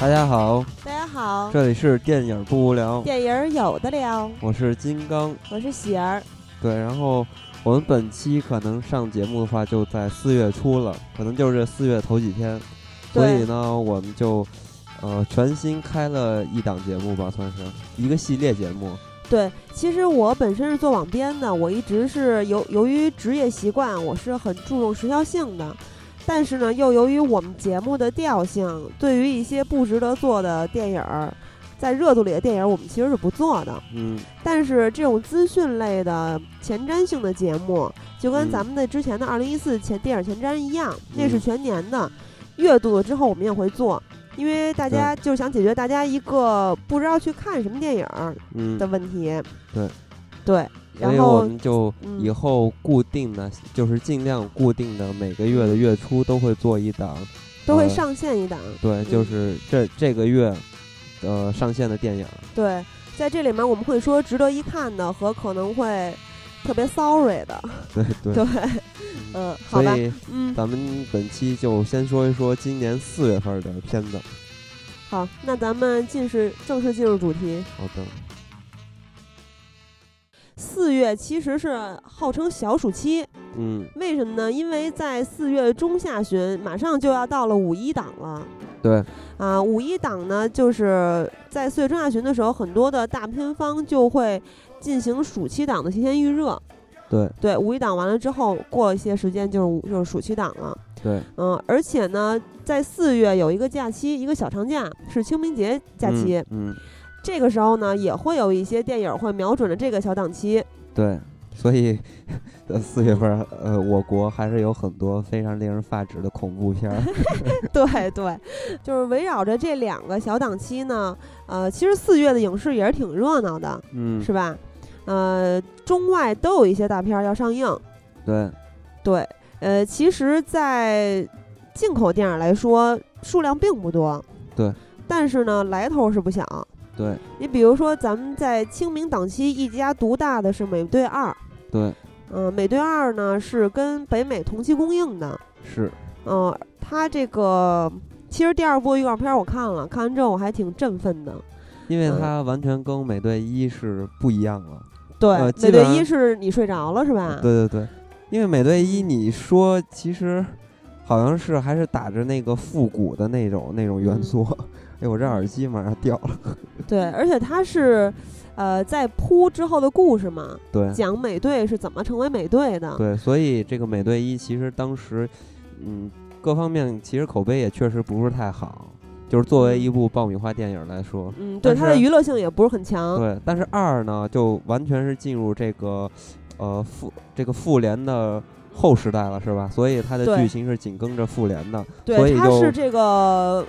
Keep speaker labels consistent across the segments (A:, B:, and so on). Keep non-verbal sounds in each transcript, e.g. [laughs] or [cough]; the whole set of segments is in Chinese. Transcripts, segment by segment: A: 大家好，
B: 大家好，
A: 这里是电影不无聊，
B: 电影儿有的聊，
A: 我是金刚。
B: 我是喜儿，
A: 对，然后我们本期可能上节目的话就在四月初了，可能就是四月头几天，所
B: 对
A: 以呢，我们就呃全新开了一档节目吧，算是一个系列节目。
B: 对，其实我本身是做网编的，我一直是由由于职业习惯，我是很注重时效性的。但是呢，又由于我们节目的调性，对于一些不值得做的电影儿，在热度里的电影儿，我们其实是不做的。
A: 嗯，
B: 但是这种资讯类的前瞻性的节目，就跟
A: 嗯
B: 咱们的之前的二零一四前电影前瞻一样，那是
A: 嗯
B: 全年的，月度了之后我们也会做，因为大家就是想解决大家一个不知道去看什么电影儿
A: 嗯
B: 的，问题。
A: 对，
B: 对，
A: 所以
B: 然
A: 我
B: 后
A: 们就
B: 嗯
A: 以后固定的，就是尽量固定的每个月的月初都会做一档，
B: 都会
A: 呃
B: 上线一档。
A: 对，就
B: 嗯
A: 是这这个月呃上线的电影。
B: 对，在这里面我们会说值得一看的和可能会特别 sorry 的。
A: 对对
B: 对，
A: 嗯
B: 嗯，好
A: 所
B: 吧，
A: 以
B: 嗯，
A: 咱们本期就先说一说今年四月份的片子。
B: 好，那咱们进是正式进入主题。
A: 好的，
B: 四月其实是号称小暑期，
A: 嗯，
B: 为什么呢？因为在四月中下旬，马上就要到了五一档了
A: 对，
B: 啊！五一档呢，就是在四月中下旬的时候，很多的大片方就会进行暑期档的提前预热。
A: 对，
B: 对，五一档完了之后，过一些时间就是五就是暑期档了。
A: 对，
B: 嗯，而且呢，在四月有一个假期，一个小长假是清明节假期，
A: 嗯，嗯，
B: 这个时候呢，也会有一些电影会瞄准着这个小档期。
A: 对，所以 [laughs] 呃四月份，呃，我国还是有很多非常令人发指的恐怖片
B: [laughs]
A: 儿。
B: 对对，就是围绕着这两个小档期呢，呃，其实四月的影视也是挺热闹的，
A: 嗯，
B: 是吧？呃，中外都有一些大片儿要上映。
A: 对，
B: 对，呃，其实，在进口电影来说，数量并不多。
A: 对，
B: 但是呢，来头是不小。
A: 对，
B: 你比如说，咱们在清明档期一家独大的是《美队二》，
A: 对，
B: 嗯、美队二》呢是跟北美同期公映的，
A: 是，
B: 嗯，他这个其实第二部预告片儿我看了，看完之后我还挺振奋的。
A: 因为
B: 嗯
A: 它完全跟美队一是不一样了。
B: 对，
A: 呃基
B: 美队
A: 本
B: 一
A: 上
B: 是你睡着了是吧？
A: 对对对，因为美队一，你说其实好像是还是打着那个复古的那种那种元
B: 嗯
A: 素。 [laughs] 哎，我这耳机马上掉了。
B: 对而且他是，呃，在铺之后的故事嘛，
A: 对，
B: 讲美队是怎么成为美队的。
A: 对，所以这个美队一其实当时，嗯，各方面其实口碑也确实不是太好，就是作为一部爆米花电影来说，
B: 嗯，对，
A: 但
B: 它的
A: 是
B: 娱乐性也不是很强。
A: 对。但是二呢，就完全是进入这个，呃，复这个复联的后时代了，是吧？所以它的
B: 对
A: 剧情是紧跟着复联的，所
B: 对，
A: 以
B: 它
A: 就是
B: 这个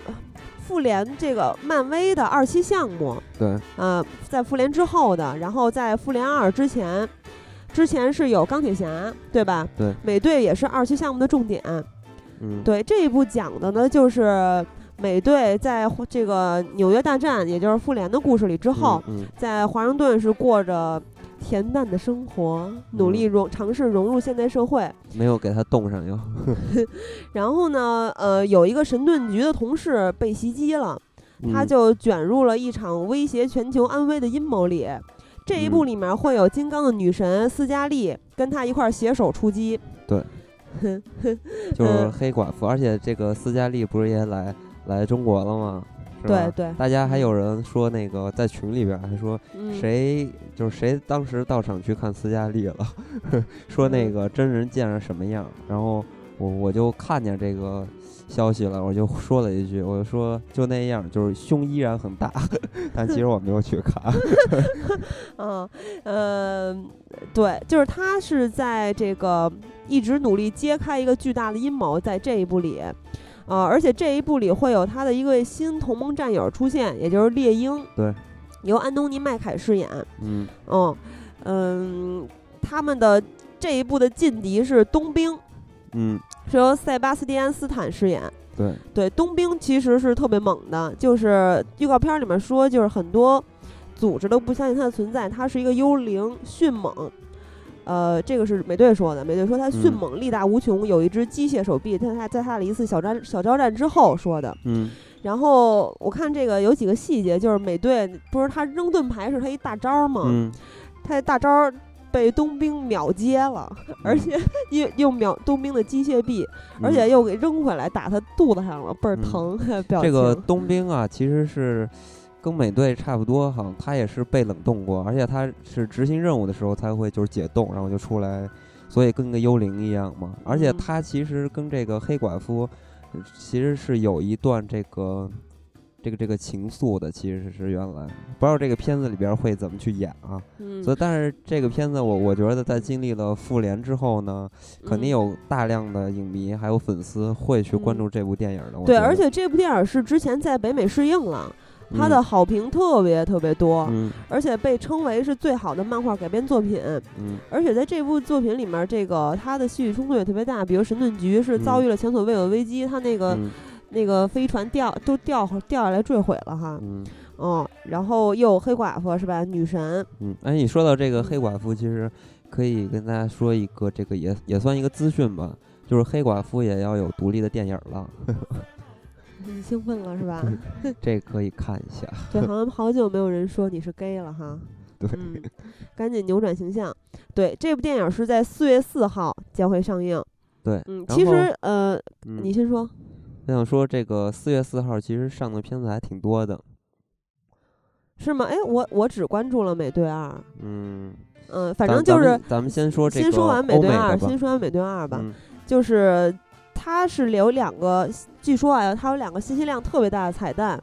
B: 复联这个漫威的二期项目，
A: 对
B: 呃，在复联之后的，然后在复联二之前，之前是有钢铁侠，对吧？
A: 对，
B: 美队也是二期项目的重点。
A: 嗯，
B: 对这一部讲的呢，就是美队在华这个纽约大战，也就是复联的故事里之
A: 嗯
B: 后，
A: 嗯
B: 在华盛顿是过着恬淡的生活，努
A: 嗯
B: 力融尝试融入现代社会。
A: 没有给它冻上又，
B: 然后呢，呃，有一个神盾局的同事被袭击了，他
A: 嗯
B: 就卷入了一场威胁全球安危的阴谋里。这一部
A: 嗯
B: 里面会有金刚的女神斯嘉丽跟他一块儿携手出击。
A: 对，就是
B: 嗯
A: 黑寡妇，而且这个斯嘉丽不是也来来中国了吗？是
B: 对
A: 吧
B: 对
A: 大家还有人说那个在群里边还说
B: 嗯，
A: 谁就是谁当时到场去看斯嘉丽了， [laughs] 说那
B: 嗯
A: 个真人见着什么样，然后我我就看见这个消息了，我就说了一句，我就说就那样，就是胸依然很大， [laughs] 但其实我没有去看， [laughs]
B: 嗯，呃，对，就是他是在这个一直努力揭开一个巨大的阴谋，在这一部里，呃，而且这一部里会有他的一位新同盟战友出现，也就是猎鹰，
A: 对，
B: 由安东尼麦凯饰演，
A: 嗯，
B: 嗯嗯，他们的这一部的劲敌是冬兵，
A: 嗯，
B: 是由塞巴斯蒂安斯坦饰演。
A: 对，
B: 对，冬兵其实是特别猛的，就是预告片里面说，就是很多组织都不相信它的存在，它是一个幽灵，迅猛。呃，这个是美队说的，美队说他迅
A: 嗯
B: [laughs] 猛，力大无穷，有一只机械手臂，他他在他的一次小战小交战之后说的。
A: 嗯，
B: 然后我看这个有几个细节，就是美队不是他扔盾牌是他一大招儿吗？
A: 嗯，
B: 他的大招儿被冬兵秒接了，
A: 嗯
B: 而且 [laughs] 又又秒冬兵的机械臂，而且又给扔回来打他肚子上了，倍儿
A: 嗯
B: 疼。 [laughs] 表情
A: 这个
B: 嗯
A: 冬兵啊，其实是跟美队差不多，好像他也是被冷冻过，而且他是执行任务的时候才会就是解冻，然后就出来，所以跟个幽灵一样嘛。而且
B: 嗯
A: 他其实跟这个黑寡妇呃其实是有一段这个。这个这个情愫的其实是原来不知道这个片子里边会怎么去演啊，
B: 嗯，
A: 所以但是这个片子我我觉得在经历了复联之后呢，肯定
B: 嗯。
A: 有大量的影迷还有粉丝会去关
B: 嗯
A: 注这部电影的。我
B: 对，
A: 觉得
B: 而且这部电影是之前在北美试映了，
A: 嗯
B: 它的好评特别特别多，
A: 嗯
B: 而且被称为是最好的漫画改编作品。
A: 嗯
B: 而且在这部作品里面，这个它的戏剧冲突也特别大，比如神盾局是遭
A: 嗯
B: 遇了前所未有的危机，它那个、
A: 嗯
B: 那个飞船掉都掉掉下来坠毁了哈，
A: 嗯
B: 嗯，然后又有黑寡妇是吧？女神，
A: 嗯，哎，你说到这个
B: 嗯
A: 黑寡妇，其实可以跟大家说一个这个也也算一个资讯吧，就是黑寡妇也要有独立的电影了，
B: 你兴奋了是吧？
A: 嗯这可以看一下。
B: 对，
A: [laughs]
B: 好像好久没有人说你是 gay 了哈。
A: 对
B: 嗯，赶紧扭转形象。对，这部电影是在四月四号将会上映。
A: 对，
B: 嗯，
A: 然
B: 其
A: 后
B: 实呃，
A: 嗯
B: 你先说，
A: 我想说这个四月四号其实上的片子还挺多的，
B: 是吗？哎，我我只关注了美队二，
A: 嗯，
B: 嗯，反
A: 咱
B: 正就
A: 咱
B: 是
A: 们咱们先说这个
B: 先说完美
A: 欧
B: 队
A: 美
B: 二，
A: 的吧
B: 先，说完美队二吧，
A: 嗯
B: 就是它是有两个，据说啊，它有两个信息量特别大的彩蛋，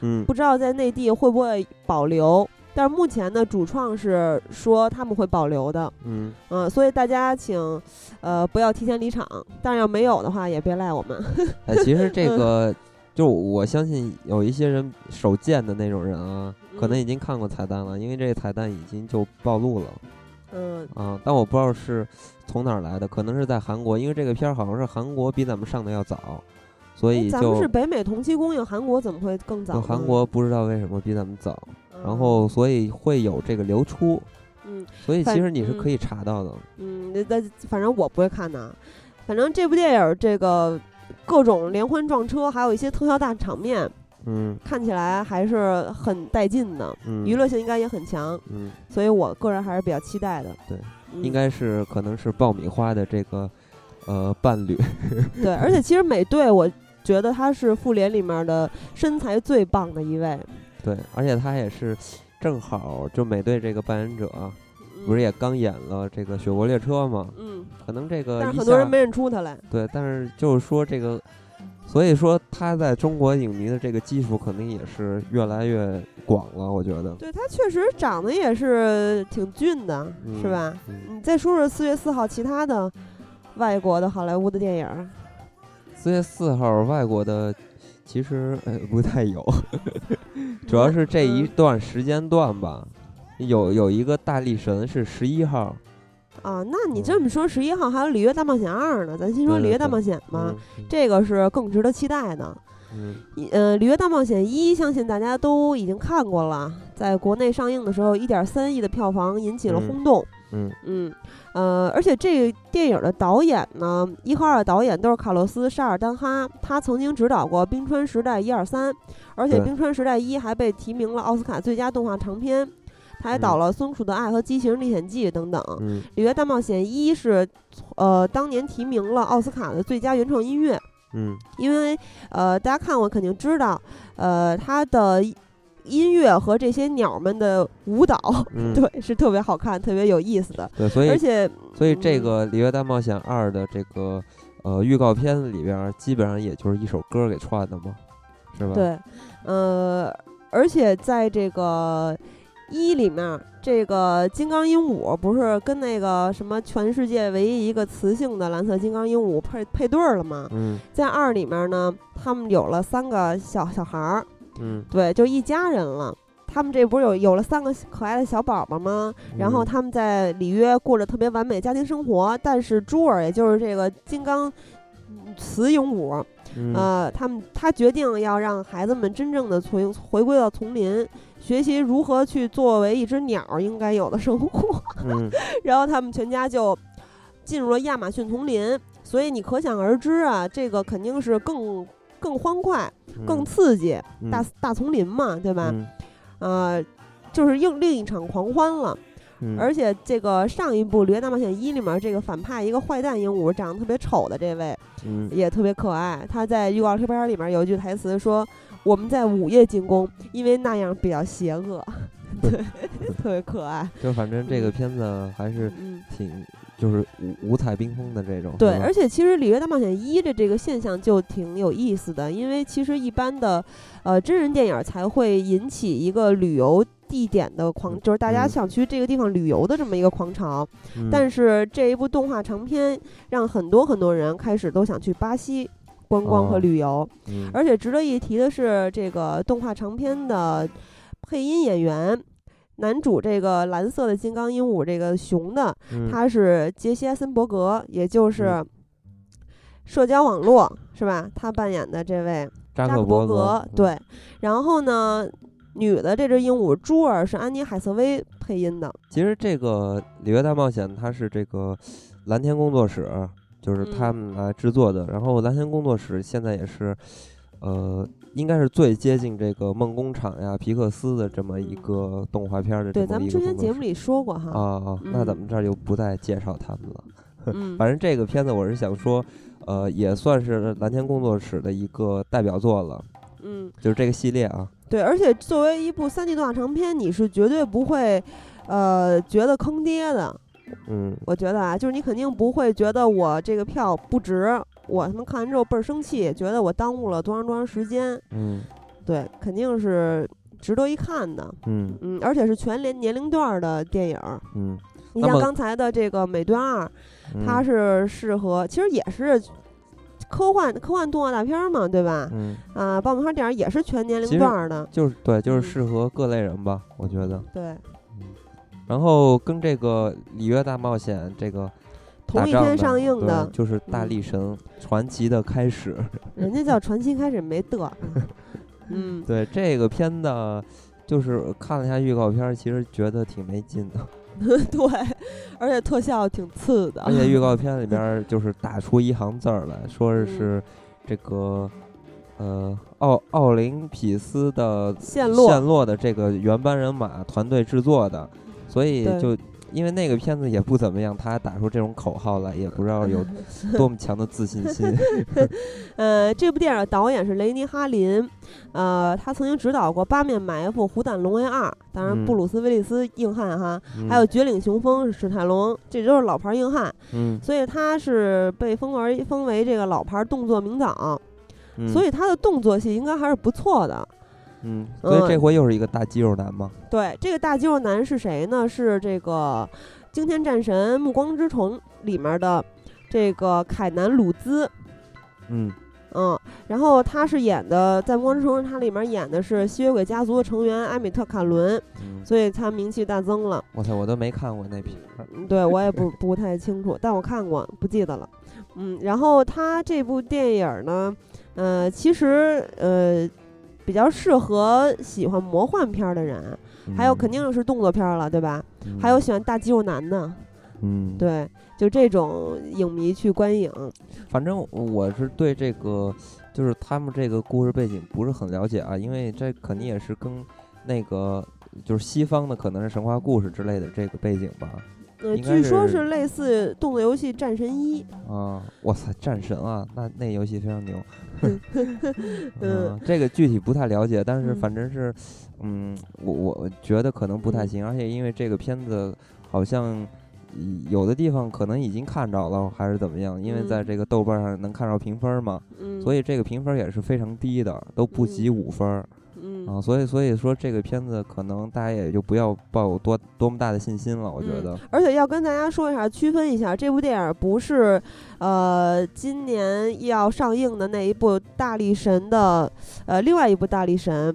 A: 嗯
B: 不知道在内地会不会保留。但是目前呢，主创是说他们会保留的，
A: 嗯，
B: 嗯，所以大家请，呃，不要提前离场。但是要没有的话，也别赖我们。
A: 哎，其实这个。就我相信有一些人手贱的那种人啊，可能
B: 嗯
A: 已经看过彩蛋了，因为这个彩蛋已经就暴露了。
B: 嗯，
A: 啊，但我不知道是从哪儿来的，可能是在韩国，因为这个片儿好像是韩国比咱们上的要早，所
B: 哎
A: 以
B: 咱们
A: 就是
B: 北美同期供应，韩国怎么会更早
A: 就
B: 呢？
A: 韩国不知道为什么比咱们早，
B: 嗯，
A: 然后所以会有这个流出，
B: 嗯
A: 所以其
B: 反
A: 实你是
B: 嗯
A: 可以查到的，
B: 嗯，那那反正我不会看的啊。反正这部电影儿这个各种连环撞车，还有一些特效大场面，
A: 嗯
B: 看起来还是很带劲的，
A: 嗯，
B: 娱乐性应该也很强，
A: 嗯，
B: 所以我个人还是比较期待的。
A: 对
B: 嗯，
A: 应该是可能是爆米花的这个呃伴侣，
B: 对。而且其实美队，我觉得他是复联里面的身材最棒的一位，
A: 对，而且他也是正好就美队这个扮演者啊
B: 嗯
A: 不是也刚演了这个《雪国列车》吗？
B: 嗯，
A: 可能这个
B: 但
A: 呃一下
B: 是很多人没认出他来。
A: 对，但是就是说这个，所以说他在中国影迷的这个基础肯定也是越来越广了，我觉得。
B: 对他确实长得也是挺俊的，是
A: 嗯
B: 吧？
A: 嗯，
B: 你再说说四月四号其他的外国的好莱坞的电影儿，
A: 四月四号外国的其实呃不太有， [laughs] 主要是这一
B: 嗯
A: 段时间段吧。有有一个大力神是十一号，
B: 啊，那你这么说，十一号还有《里约大冒险二》呢，咱先说《
A: 嗯对对
B: 里约大
A: 对
B: 冒险》吧
A: 嗯，，
B: 这个是更值得期待的。
A: 嗯
B: 一呃，《里约大冒险一》相信大家都已经看过了，在国内上映的时候，一点三亿的票房引起了
A: 嗯
B: 轰动。
A: 嗯
B: 嗯，呃，而且这个电影的导演呢，一和二的导演都是卡洛斯·沙尔丹哈，他曾经执导过《冰川时代》一二三，而且
A: 对
B: 《冰川时代一》还被提名了奥斯卡最佳动画长片，他还导
A: 嗯
B: 了《松鼠的爱》和《机器人历险记》等等。
A: 嗯
B: 《里约大冒险一》是，呃，当年提名了奥斯卡的最佳原创音乐，
A: 嗯
B: 因为呃，大家看我肯定知道，呃，它的音乐和这些鸟们的舞蹈，
A: 嗯，
B: 对，是特别好看、特别有意思的，
A: 对，所以
B: 而且
A: 所以这
B: 嗯
A: 个《里约大冒险二》的这个呃预告片里边儿，基本上也就是一首歌给串的嘛，是吧？
B: 对，呃，而且在这个一里面儿，这个金刚鹦鹉不是跟那个什么全世界唯一一个雌性的蓝色金刚鹦鹉配配对儿了吗？
A: 嗯
B: 在二里面呢，他们有了三个小小孩儿，
A: 嗯，
B: 对，就一家人了。他们这不是有有了三个可爱的小宝宝吗？然后
A: 嗯
B: 他们在里约过着特别完美的家庭生活，但是朱尔，也就是这个金刚嗯雌鹦鹉，
A: 嗯
B: 呃，他们他决定要让孩子们真正的从回归到丛林，学习如何去作为一只鸟儿应该有的生活。
A: 嗯
B: [laughs] 然后他们全家就进入了亚马逊丛林，所以你可想而知啊，这个肯定是更更欢快、
A: 嗯
B: 更刺激。
A: 嗯
B: 大大丛林嘛，对吧？
A: 嗯
B: 呃，就是另另一场狂欢了。
A: 嗯
B: 而且这个上一部《驴大冒险一》里面这个反派一个坏蛋鹦鹉，长得特别丑的这位
A: 嗯
B: 也特别可爱。他在预告片儿里面有一句台词说：“我们在午夜进攻，因为那样比较邪恶。” [laughs] 对，特别可爱。
A: 就反正这个片子啊还是
B: 嗯，
A: 挺就是五五彩缤纷的这种。
B: 对。
A: 是吧
B: 而且其实《里约大冒险一》的这个现象就挺有意思的，因为其实一般的呃真人电影才会引起一个旅游。地点的狂，就是大家
A: 嗯
B: 想去这个地方旅游的这么一个狂潮，
A: 嗯
B: 但是这一部动画长片让很多很多人开始都想去巴西观光和
A: 哦
B: 旅游。
A: 嗯
B: 而且值得一提的是，这个动画长片的配音演员，男主这个蓝色的金刚鹦鹉这个熊的，
A: 嗯
B: 他是杰西·艾森伯格，也就是
A: 嗯
B: 社交网络是吧？他扮演的这位
A: 扎
B: 克
A: 克伯
B: 格
A: 格，嗯
B: 对。然后呢，女的这只鹦鹉珠儿是安妮·海瑟薇配音的，
A: 其实这个《里约大冒险》它是这个蓝天工作室，就是他
B: 嗯
A: 们来制作的。然后蓝天工作室现在也是，呃，应该是最接近这个梦工厂呀、皮克斯的这么一
B: 嗯
A: 个动画片儿的这
B: 对，
A: 么
B: 咱们
A: 一
B: 之
A: 个
B: 前
A: 工作
B: 节目
A: 室
B: 里说过哈，
A: 啊啊，那咱
B: 嗯
A: 们这儿就不再介绍他们了。
B: 嗯，
A: 反正这个片子我是想说，呃，也算是蓝天工作室的一个代表作了，
B: 嗯。
A: 就是这个系列啊。
B: 对，而且作为一部三 D 动画长片，你是绝对不会，呃，觉得坑爹的。
A: 嗯，
B: 我觉得啊，就是你肯定不会觉得我这个票不值，我他妈看完之后倍儿生气，觉得我耽误了多长多长时间。
A: 嗯
B: 对，肯定是值得一看的。
A: 嗯
B: 嗯，而且是全年年龄段儿的电影儿。
A: 嗯，
B: 你
A: 那
B: 像
A: 么
B: 刚才的这个《美队二》，
A: 嗯
B: 它是适合，其实也是科幻科幻动画大片儿嘛，对吧？
A: 嗯，
B: 啊，爆米花电影儿也是全年
A: 其实
B: 龄段儿的。
A: 就是对，就是
B: 嗯
A: 适合各类人吧，我觉得。
B: 对，
A: 然后跟这个《里约大冒险》这个
B: 同
A: 打
B: 一
A: 仗
B: 天
A: 的
B: 上映
A: 对
B: 的。
A: 就是《大
B: 嗯
A: 力神传奇》的开始。 [laughs]
B: 人家叫传奇开始没得，啊嗯， [laughs]
A: 对这个片呢，就是看了一下预告片儿，其实觉得挺没劲的，
B: 对，而且特效挺次的
A: 而，且预
B: [laughs]
A: 告片里边儿就是打出一行字儿来说是
B: 嗯
A: 是这个呃奥奥林匹斯的
B: 陷落，
A: 的这个原班人马团队制作的，所以
B: 嗯对
A: 就因为那个片子也不怎么样，他打出这种口号来，也不知道
B: [laughs]
A: 有多么强的自信心。
B: 呃，这部电影的导演是雷尼·哈林，呃，他曾经指导过《八面埋伏》《虎胆龙威二》，当然
A: 嗯
B: 布鲁斯·威利斯硬汉哈，还有《绝岭雄风》是史泰龙，这都是老牌硬汉，
A: 嗯，
B: 所以他是被封为封为这个老牌动作名导，
A: 嗯，
B: 所以他的动作戏应该还是不错的。
A: 嗯，所以
B: 嗯
A: 这回又是一个大肌肉男嘛。
B: 对，这个大肌肉男是谁呢？是这个《惊天战神：暮光之城》里面的这个凯南·鲁兹，
A: 嗯
B: 嗯，然后他是演的在《暮光之城》他里面演的是吸血鬼家族的成员埃米特·卡伦，
A: 嗯，
B: 所以他名气大增了。
A: 我操，我都没看过那片儿。
B: 嗯对我也不不太清楚，但我看过，不记得了。嗯，然后他这部电影呢，呃，其实呃比较适合喜欢魔幻片儿的人，啊还有
A: 嗯
B: 肯，定是动作片儿了，对吧？
A: 嗯
B: 还有，喜欢大肌肉男的，
A: 嗯，，
B: 对，就这种影迷去观影，
A: 反正我是对这个，就是他们这个故事背景不是很了解啊，因为这肯定也是跟那个。就是西方的可能是神话故事之类的这个背景吧，
B: 呃，
A: 应该
B: 据说
A: 是
B: 是类似动作游戏《战神一》，
A: 啊，哇塞，战神啊，那那游戏非常
B: [laughs]
A: 牛。
B: 嗯，
A: 这个具体不太了解，但是
B: 嗯
A: 反正是，嗯，我我觉得可能不太
B: 嗯
A: 行，而且因为这个片子好像嗯有的地方可能已经看着了，还是怎么样，因为在
B: 嗯
A: 这个豆瓣上能看着评分嘛，
B: 嗯，
A: 所
B: 以
A: 以这个评分也是非常低的，都不及五分儿
B: 嗯，
A: 啊，所以所以说这个片子可能大家也就不要抱有多多么大的信心了，我觉
B: 嗯
A: 得，
B: 而且要跟大家说一下，区分一下，这部电影不是呃今年要上映的那一部《大力神》的呃另外一部《大力神》。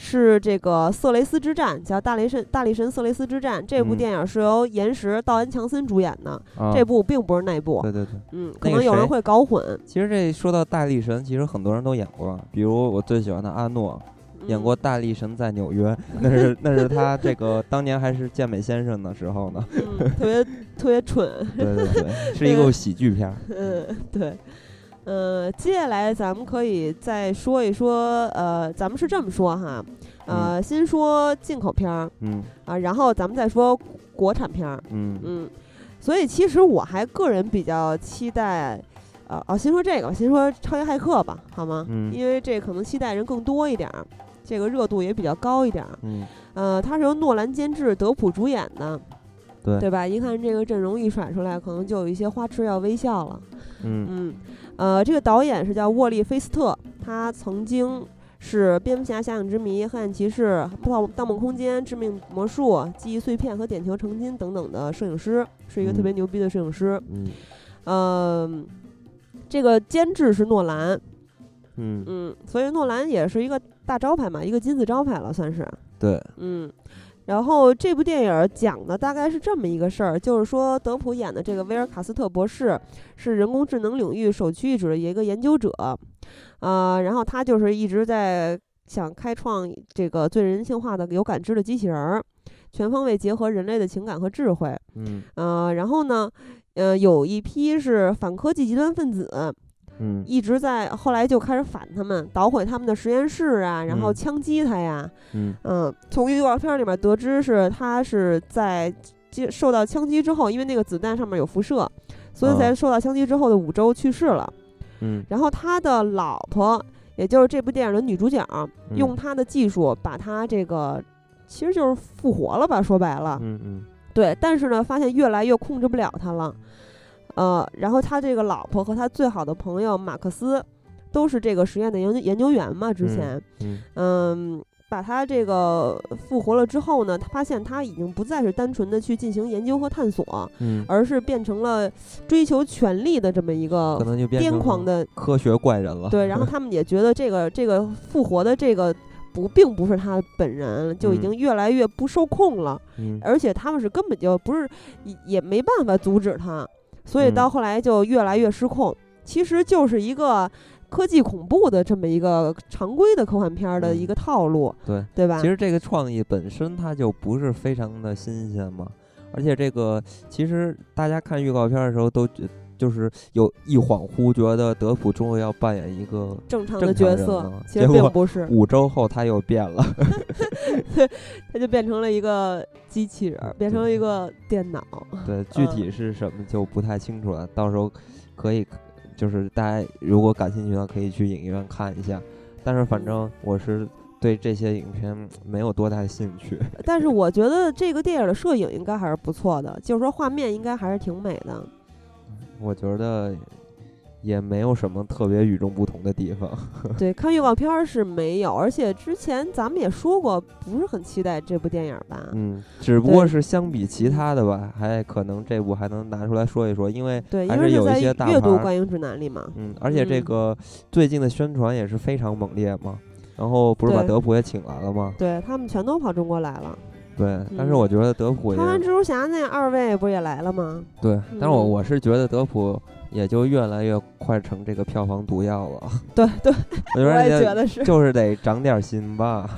B: 是这个《色雷斯之战》，叫《大雷神》《大力神色雷斯之战》这
A: 嗯
B: 部电影是由岩石、道恩·强森主演的，
A: 啊，
B: 这部并不是那部，
A: 对对对。
B: 嗯，可
A: 那个
B: 能有人
A: 谁
B: 会搞混，
A: 其实这说到大力神，其实很多人都演过，比如我最喜欢的阿诺，演
B: 嗯
A: 过《大力神在纽约》那是那是他这个当年还是健美先生的时候呢。
B: [laughs] 嗯，特别特别蠢，
A: 对对对，是一个喜剧片儿。
B: [laughs] 嗯，对，呃，接下来咱们可以再说一说，呃，咱们是这么说哈，呃，先说进口片儿
A: 嗯
B: 啊，然后咱们再说国产片儿，
A: 嗯
B: 嗯，所以其实我还个人比较期待，呃，哦，先说这个吧，先说《超级骇客》吧，好吗？
A: 嗯
B: 因为这可能期待人更多一点儿，这个热度也比较高一点儿。
A: 嗯，
B: 呃，它是由诺兰监制、德普主演的，
A: 对
B: 对吧？一看这个阵容一甩出来，可能就有一些花痴要微笑了。
A: 嗯
B: 嗯，呃，这个导演是叫沃利·菲斯特，他曾经是《蝙蝠侠：侠影之谜》《黑暗骑士》《盗盗梦空间》《致命魔术》《记忆碎片》和《点球成金》等等的摄影师，是一个特别牛逼的摄影师。
A: 嗯
B: 嗯、这个监制是诺兰，
A: 嗯，
B: 嗯，所以诺兰也是一个大招牌嘛，一个金字招牌了，算是。
A: 对，
B: 嗯，然后这部电影儿讲的大概是这么一个事儿，就是说德普演的这个威尔卡斯特博士是人工智能领域首屈一指的一个研究者，呃，然后他就是一直在想开创这个最人性化的、有感知的机器人儿，全方位结合人类的情感和智慧。
A: 嗯
B: 呃，然后呢，呃，有一批是反科技极端分子，
A: 嗯
B: 一直在后来就开始反他们，捣毁他们的实验室啊，然后
A: 嗯
B: 枪击他呀。
A: 嗯
B: 嗯，从预告片儿里面得知是他是在接受到枪击之后，因为那个子弹上面有辐射，所以才
A: 啊
B: 受到枪击之后的五周去世了。
A: 嗯，
B: 然后他的老婆，也就是这部电影的女主角，
A: 嗯
B: 用她的技术把他这个。其实就是复活了吧，说白了，
A: 嗯嗯
B: 对。但是呢，发现越来越控制不了他了，呃，然后他这个老婆和他最好的朋友马克思，都是这个实验的研究研究员嘛，之
A: 嗯
B: 前，
A: 嗯
B: 嗯，把他这个复活了之后呢，他发现他已经不再是单纯的去进行研究和探索，
A: 嗯，
B: 而是变成了追求权力的这么一
A: 可
B: 个
A: 能就变
B: 癫
A: 成
B: 狂的
A: 科学怪人了。
B: 对。
A: [laughs]
B: 然后他们也觉得这个这个复活的这个不并不是他本人，就已
A: 嗯
B: 经越来越不受控了，
A: 嗯
B: 而且他们是根本就不是也也没办法阻止他，所以到
A: 嗯
B: 后来就越来越失控。其实就是一个。科技恐怖的这么一个常规的科幻片儿的
A: 嗯
B: 一个套路，
A: 对，
B: 对吧？
A: 其实这个创意本身它就不是非常的新鲜嘛，而且这个其实大家看预告片的时候都觉就是有一恍惚，觉得德普终于要扮演一个
B: 正常
A: 正
B: 的
A: 常
B: 角
A: 人
B: 色
A: 啊，
B: 其实
A: 结
B: 并
A: 果
B: 不是，
A: 五周后他又变
B: [laughs]
A: 了。
B: 他就变成了一个机器人儿，变成了一个电脑。
A: 对，具
B: 嗯
A: 体是什么就不太清楚了，到时候可以就是大家如果感兴趣的话，可以去影院看一下。但是反正我是对这些影片没有多大的兴趣。
B: 但是我觉得这个电影的摄影应该还是不错的，就是说画面应该还是挺美
A: [laughs]
B: 的。
A: 我觉得也没有什么特别与众不同的地 [laughs] 方。
B: 对，看预告片儿是没有，而且之前咱们也说过，不是很期待这部电影吧？
A: 嗯，只不过
B: 对
A: 是相比其他的吧，还可能这部还能拿出来说一说，因为
B: 对，因
A: 还
B: 为
A: 是有
B: 在
A: 一些大
B: 阅
A: 牌
B: 读
A: 儿。
B: 观影指南里嘛。
A: 嗯，而且这
B: 嗯
A: 个最近的宣传也是非常猛烈嘛。然后不是把
B: 对
A: 德普也请来了吗？
B: 对他们全都跑中国来了，
A: 对，但是
B: 嗯
A: 我觉得德普也
B: 看完蜘蛛侠那二位不是也来了吗？
A: 对，但是我
B: 嗯
A: 我是觉得德普也就越来越快成这个票房毒药 [laughs] 了。
B: 对对，
A: 我觉
B: 我
A: 得
B: 也
A: 人
B: 觉
A: 家
B: 得是。
A: 就是得长点心吧。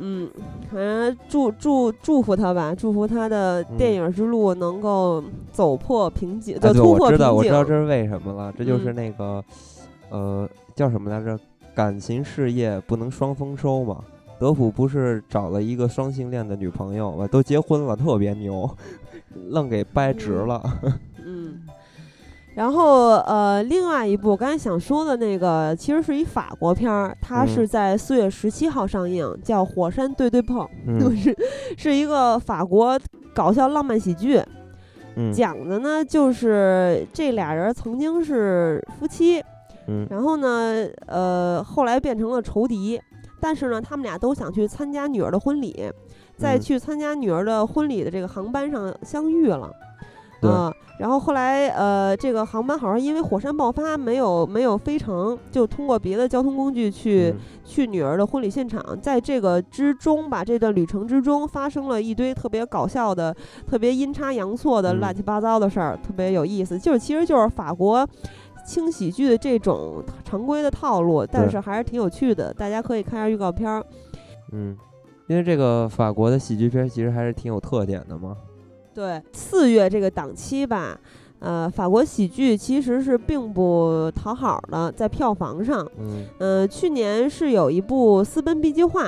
B: 嗯，反正祝祝祝福他吧，祝福他的
A: 嗯
B: 电影之路能够走破瓶颈，
A: 啊
B: 就
A: 对，
B: 突破
A: 我
B: 瓶
A: 知
B: 颈。
A: 道，我知道这是为什么了，这就是
B: 嗯
A: 那个，呃，叫什么来着？感情事业不能双丰收嘛。德普不是找了一个双性恋的女朋友嘛，都结婚了，特别牛，愣给掰直
B: 嗯
A: 了。 [laughs]
B: 嗯。然后呃，另外一部我刚才想说的那个，其实是一法国片儿，它
A: 嗯
B: 是在四月十七号上映，叫《火山对对碰》，
A: 嗯
B: [laughs] 是是一个法国搞笑浪漫喜剧，
A: 嗯
B: 讲的呢就是这俩人曾经是夫妻，
A: 嗯
B: 然后呢，呃，后来变成了仇敌，但是呢，他们俩都想去参加女儿的婚礼，在
A: 嗯
B: 去参加女儿的婚礼的这个航班上相遇了，
A: 对
B: 啊、然后后来呃，这个航班好像因为火山爆发没有没有飞成，就通过别的交通工具去、
A: 嗯
B: 去女儿的婚礼现场，在这个之中吧，这段旅程之中发生了一堆特别搞笑的、特别阴差阳错的
A: 嗯
B: 乱七八糟的事儿，特别有意思。就是其实就是法国轻喜剧的这种常规的套路，但
A: 对
B: 是还是挺有趣的，大家可以看一下预告片儿。
A: 嗯，因为这个法国的喜剧片其实还是挺有特点的嘛。
B: 对，四月这个档期吧，呃，法国喜剧其实是并不讨好的，在票房上，
A: 嗯
B: 呃，去年是有一部《私奔 B 计划》，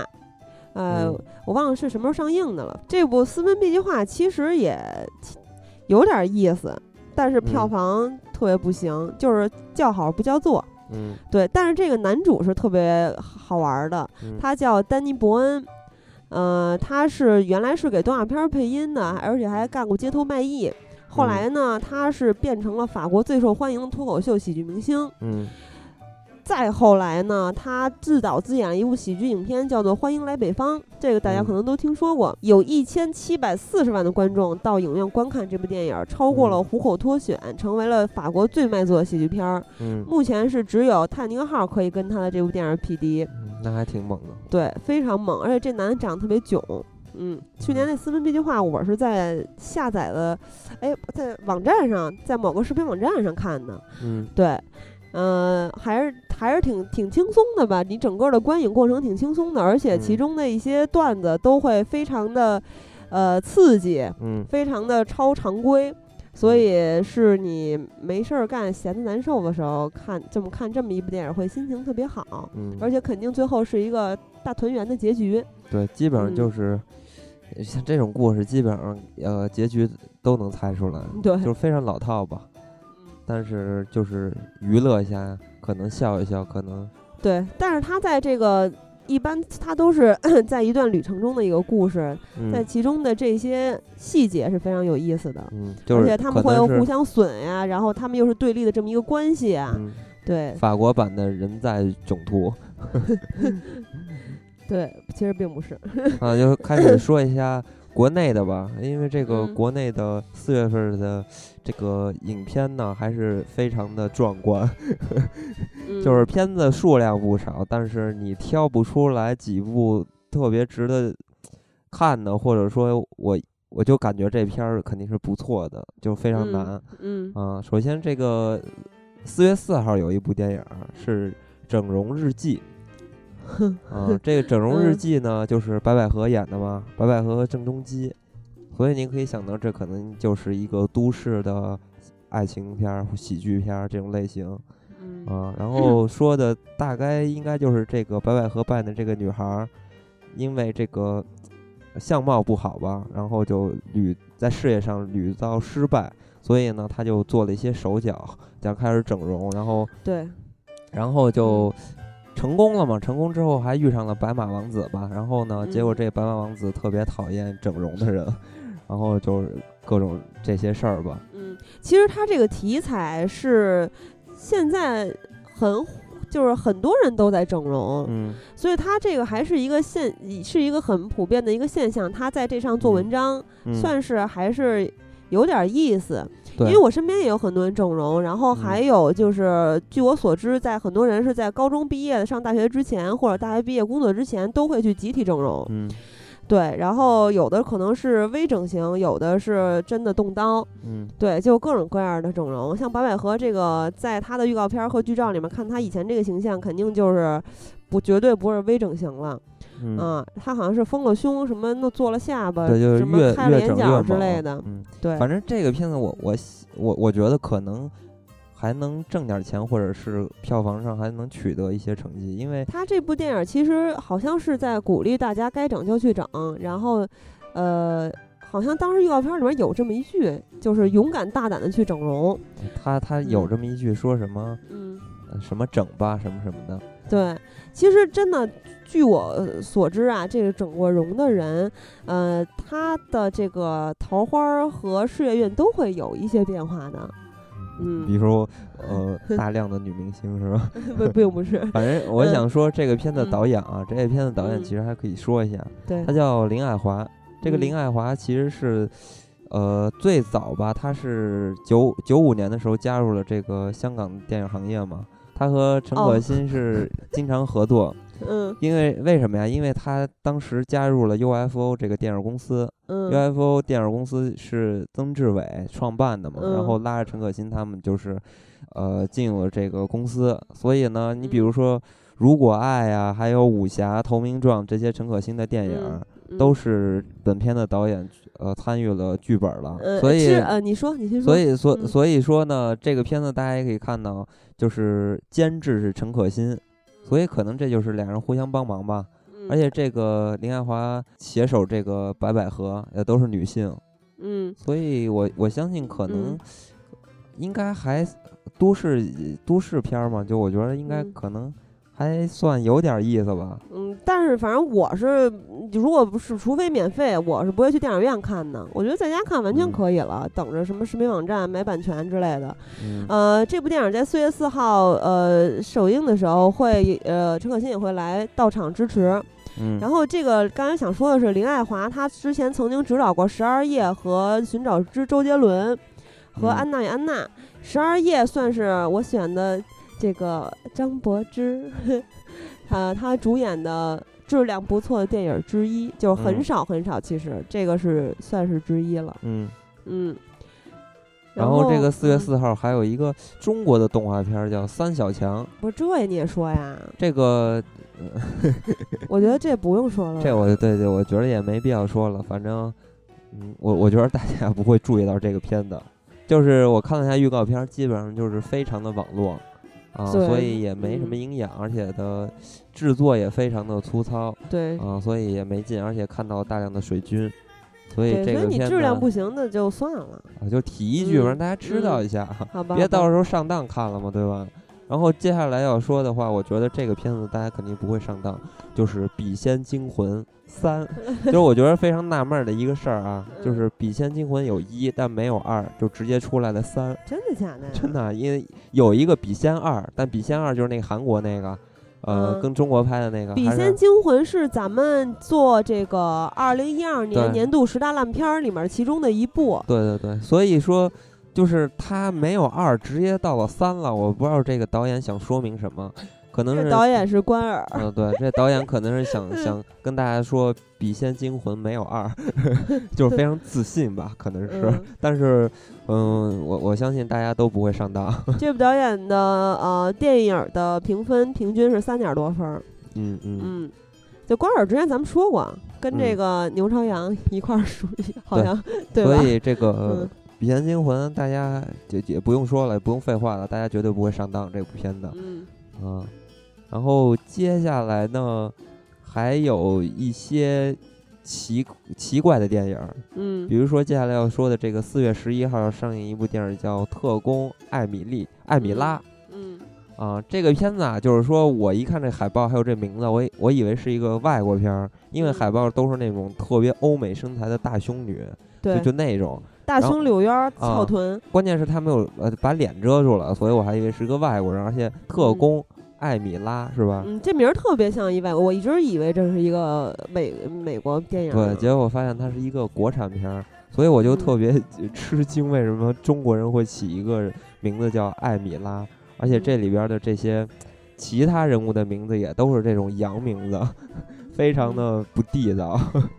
B: 呃，
A: 嗯
B: 我忘了是什么时候上映的了。这部《私奔 B 计划》其实也有点意思，但是票
A: 嗯
B: 房特别不行，就是叫好不叫座。
A: 嗯
B: 对，但是这个男主是特别好玩儿的，
A: 嗯，
B: 他叫丹尼伯恩，呃，他是原来是给动画片儿配音的，而且还干过街头卖艺。后
A: 嗯
B: 来呢，他是变成了法国最受欢迎的脱口秀喜剧明星。
A: 嗯
B: 再后来呢，他自导自演了一部喜剧影片，叫做《欢迎来北方》，这个大家
A: 嗯
B: 可能都听说过。有一千七百四十万的观众到影院观看这部电影，超过了
A: 嗯
B: 《虎口脱险》，成为了法国最卖座的喜剧片儿。
A: 嗯，
B: 目前是只有《泰宁号》可以跟他的这部电影匹敌。
A: 嗯那还挺猛的，
B: 对，非常猛，而且这男的长得特别囧。嗯，去年那《私奔 B 计划》，我是在下载的，哎，在网站上，在某个视频网站上看的。
A: 嗯
B: 对，嗯、还是还是挺挺轻松的吧。你整个的观影过程挺轻松的，而且其
A: 嗯
B: 中的一些段子都会非常的，呃，刺激，
A: 嗯
B: 非常的超常规。所以是你没事儿干、闲得难受的时候看这么看这么一部电影，会心情特别好。
A: 嗯，
B: 而且肯定最后是一个大团圆的结局。
A: 对，基本上
B: 嗯
A: 就是像这种故事，基本上呃结局都能猜出来，
B: 对，
A: 嗯就是非常老套吧。
B: 嗯
A: 但是就是娱乐一下，可能笑一笑，可能
B: 对，但是他在这个一般他都是在一段旅程中的一个故事，在
A: 嗯
B: 其中的这些细节是非常有意思的。
A: 嗯，就是
B: 而且他们
A: 可
B: 会
A: 能是
B: 互相损呀、然后他们又是对立的这么一个关系啊，
A: 嗯，
B: 对
A: 法国版的人在囧
B: [laughs]
A: 途
B: 对，其实并不是，
A: 啊，就开始说一下国内的吧，因为这个
B: 嗯
A: 国内的四月份的这个影片呢，还是非常的壮观，
B: 嗯
A: 就是片子数量不少，但是你挑不出来几部特别值得看的，或者说我我就感觉这片儿肯定是不错的，就非常难。
B: 嗯
A: 啊，首先这个四月四号有一部电影儿是《整容日记》。
B: [laughs]
A: 啊，这个《整容日
B: 嗯
A: 记》呢，就是白百合演的嘛，白百合和郑中基，所以您可以想到，这可能就是一个都市的爱情片儿、喜剧片儿这种类型
B: 嗯
A: 啊。
B: [clears throat]
A: 然后说的大概应该就是这个白百合扮的这个女孩儿，因为这个呃相貌不好吧，然后就屡在事业上屡遭失败，所以呢，她就做了一些手脚，然后开始整容，然后
B: 对，
A: 然后
B: 嗯
A: 就成功了嘛。成功之后还遇上了白马王子吧，然后呢，
B: 嗯
A: 结果这白马王子特别讨厌整容的人，然后就是各种这些事儿吧。
B: 嗯，其实他这个题材是现在很火。就是很多人都在整容，
A: 嗯
B: 所以他这个还是一个现，是一个很普遍的一个现象。他在这上做文章，
A: 嗯，
B: 算是还是有点意思。
A: 对嗯
B: 因为我身边也有很多人整容，然后还有就是，据我所知，在很多人是在高中毕业、上大学之前，或者大学毕业工作之前，都会去集体整容。
A: 嗯
B: 对，然后有的可能是微整形，有的是真的动刀，
A: 嗯
B: 对，就各种各样的整容。像白百合这个，在她的预告片儿和剧照里面看她以前这个形象，肯定就是不绝对不是微整形了。
A: 嗯。
B: 嗯，她好像是丰了胸，什么弄做了下巴，
A: 对，就是
B: 呃什么
A: 越
B: 开了
A: 越
B: 眼
A: 整越
B: 角之
A: 猛
B: 类的。
A: 嗯，
B: 对，
A: 反正这个片子我我喜我我觉得可能还能挣点钱，或者是票房上还能取得一些成绩，因为
B: 他这部电影其实好像是在鼓励大家该整就去整，然后，呃，好像当时预告片里面有这么一句，就是勇敢大胆的去整容。
A: 他他有
B: 嗯
A: 这么一句说什么、
B: 嗯，
A: 呃什么整吧什么什么的，
B: 对，其实真的，据我呃所知啊，这个整过容的人，呃，他的这个桃花儿和事业运都会有一些变化的。嗯
A: 比如说
B: [laughs]
A: 呃大量的女明星是吧？ [laughs]
B: 不，并不是，
A: 反正我
B: 嗯
A: 想说这个片子
B: 嗯
A: 导演啊，这个片子导演
B: 嗯
A: 其实还可以说一下，
B: 对
A: 他，叫林爱华，这个啊
B: 嗯
A: 林爱华其实是，呃，最早吧，他是九九五年的时候加入了这个香港电影行业嘛。他和陈可
B: 哦
A: 辛是经常合作，
B: 嗯
A: 因为为什么呀？因为他当时加入了 UFO 这个电影公司、
B: 嗯
A: u f o 电影公司是曾志伟创办的嘛，然
B: 嗯
A: 后拉着陈可辛他们就是，呃，进入了这个公司。所以呢，啊
B: 嗯
A: 你比如说《如果爱》呀，还有《武侠》《投名状》这些陈可辛的电影，
B: 嗯
A: 都
B: 是，
A: 是本片的导演呃参与了剧本了，
B: 呃，
A: 啊所以
B: 是呃，你说，你先说，
A: 所以所
B: 嗯
A: 所以说呢，这个片子大家也可以看到，就是监制是陈可辛，所以可能这就是俩人互相帮忙吧。
B: 嗯，
A: 而且这个林爱华携手这个白百合也都是女性，
B: 嗯，
A: 所以我我相信可能
B: 嗯
A: 应该还都市都市片儿嘛，就我觉得应该
B: 嗯
A: 可能还算有点意思吧。
B: 嗯，但是反正我是，嗯如果不是除非免费，我是不会去电影院看的。我觉得在家看完全
A: 嗯
B: 可以了，等着什么视频网站买版权之类的。
A: 嗯
B: 呃，这部电影在四月四号呃首映的时候会呃陈可辛也会来到场支持。
A: 嗯，
B: 然后这个刚才想说的是林爱华，她之前曾经执导过《十二夜》和《寻找之周杰伦》和《
A: 嗯
B: 安娜与安娜》。《十二夜》算是我选的这个张柏芝， [laughs] 呃，她主演的质量不错的电影之一，就是很
A: 嗯
B: 少很少，其实这个是算是之一了。
A: 嗯。
B: 嗯，
A: 然后这个四月
B: 嗯
A: 四号还有一个中国的动画片儿叫《三小强》，
B: 不是这你也说呀？
A: 这个
B: 我觉得这不用说了吧。
A: 这我对对，我觉得也没必要说了，反正，嗯，我我觉得大家不会注意到这个片子，就是我看了一下预告片儿，基本上就是非常的网络，啊，
B: 对
A: 所以也没什么
B: 嗯
A: 营养，而且的制作也非常的粗糙，
B: 对
A: 啊，所以也没劲，而且看到大量的水军，所以
B: 对，
A: 这
B: 所
A: 个
B: 以你
A: 片
B: 质量
A: 子
B: 不行的就算了，
A: 啊，就提一句，
B: 嗯
A: 让大家知道一下啊，
B: 好吧？
A: 别
B: 好吧
A: 到时候上当看了嘛，对吧？然后接下来要说的话，我觉得这个片子大家肯定不会上当，就是《笔仙惊魂三》，
B: [laughs]
A: 就是我觉得非常纳闷儿的一个事儿啊，
B: 嗯
A: 就是《笔仙惊魂》有一但没有二，就直接出来了三，
B: 真的假的呀？
A: 真的啊，因为有一个《笔仙二》，但《笔仙二》就是那个韩国那个，呃，
B: 嗯
A: 跟中国拍的那个，
B: 《笔
A: 还是
B: 仙惊魂》是咱们做这个二零一二年
A: 对
B: 年度十大烂片儿里面其中的一部。
A: 对对对，所以说就是他没有二，直接到了三了，我不知道这个导演想说明什么，可能
B: 这
A: 是
B: 导演是关尔，
A: 嗯，对，这导演可能是想
B: 嗯
A: 想跟大家说，《笔仙惊魂》没有二， [laughs] 就是非常自信吧，可能是。 [laughs]
B: 嗯，
A: 但是，嗯，我我相信大家都不会上当。 [laughs]
B: 这部导演的呃电影的评分平均是三点多分儿。
A: 嗯嗯，
B: 嗯，就关尔之前咱们说过，啊跟这
A: 嗯
B: 个牛朝阳一块儿属于，好
A: 对
B: 像 [laughs] 对吧
A: 所？以这个《
B: 嗯
A: 笔仙惊魂》大家就也不用说了，也不用废话了，大家绝对不会上当这部片子。
B: 嗯
A: 嗯，然后接下来呢，还有一些奇奇怪的电影儿，
B: 嗯
A: 比如说接下来要说的这个四月十一号要上映一部电影叫《特工艾米丽》艾米拉
B: 嗯
A: 啊，这个片子啊，就是说我一看这海报还有这名字，我以我以为是一个外国片儿，因为
B: 嗯
A: 海报都是那种特别欧美身材的大胸女，就
B: 对，
A: 就那种。
B: 大
A: 然后
B: 胸柳腰儿
A: 啊
B: 翘臀，
A: 关键是她没有呃把脸遮住了，所以我还以为是个外国人，而且特
B: 嗯
A: 工艾米拉是吧？
B: 嗯，这名儿特别像意外，我一直以为这是一个美美国电影儿
A: 对，
B: 呢。
A: 结果发现它是一个国产片儿，所以我就
B: 嗯
A: 特别吃惊，为什么中国人会起一个名字叫艾米拉？而且这里边的这些其他人物的名字也都是这种洋名字，非常的不地道。
B: 嗯
A: [laughs]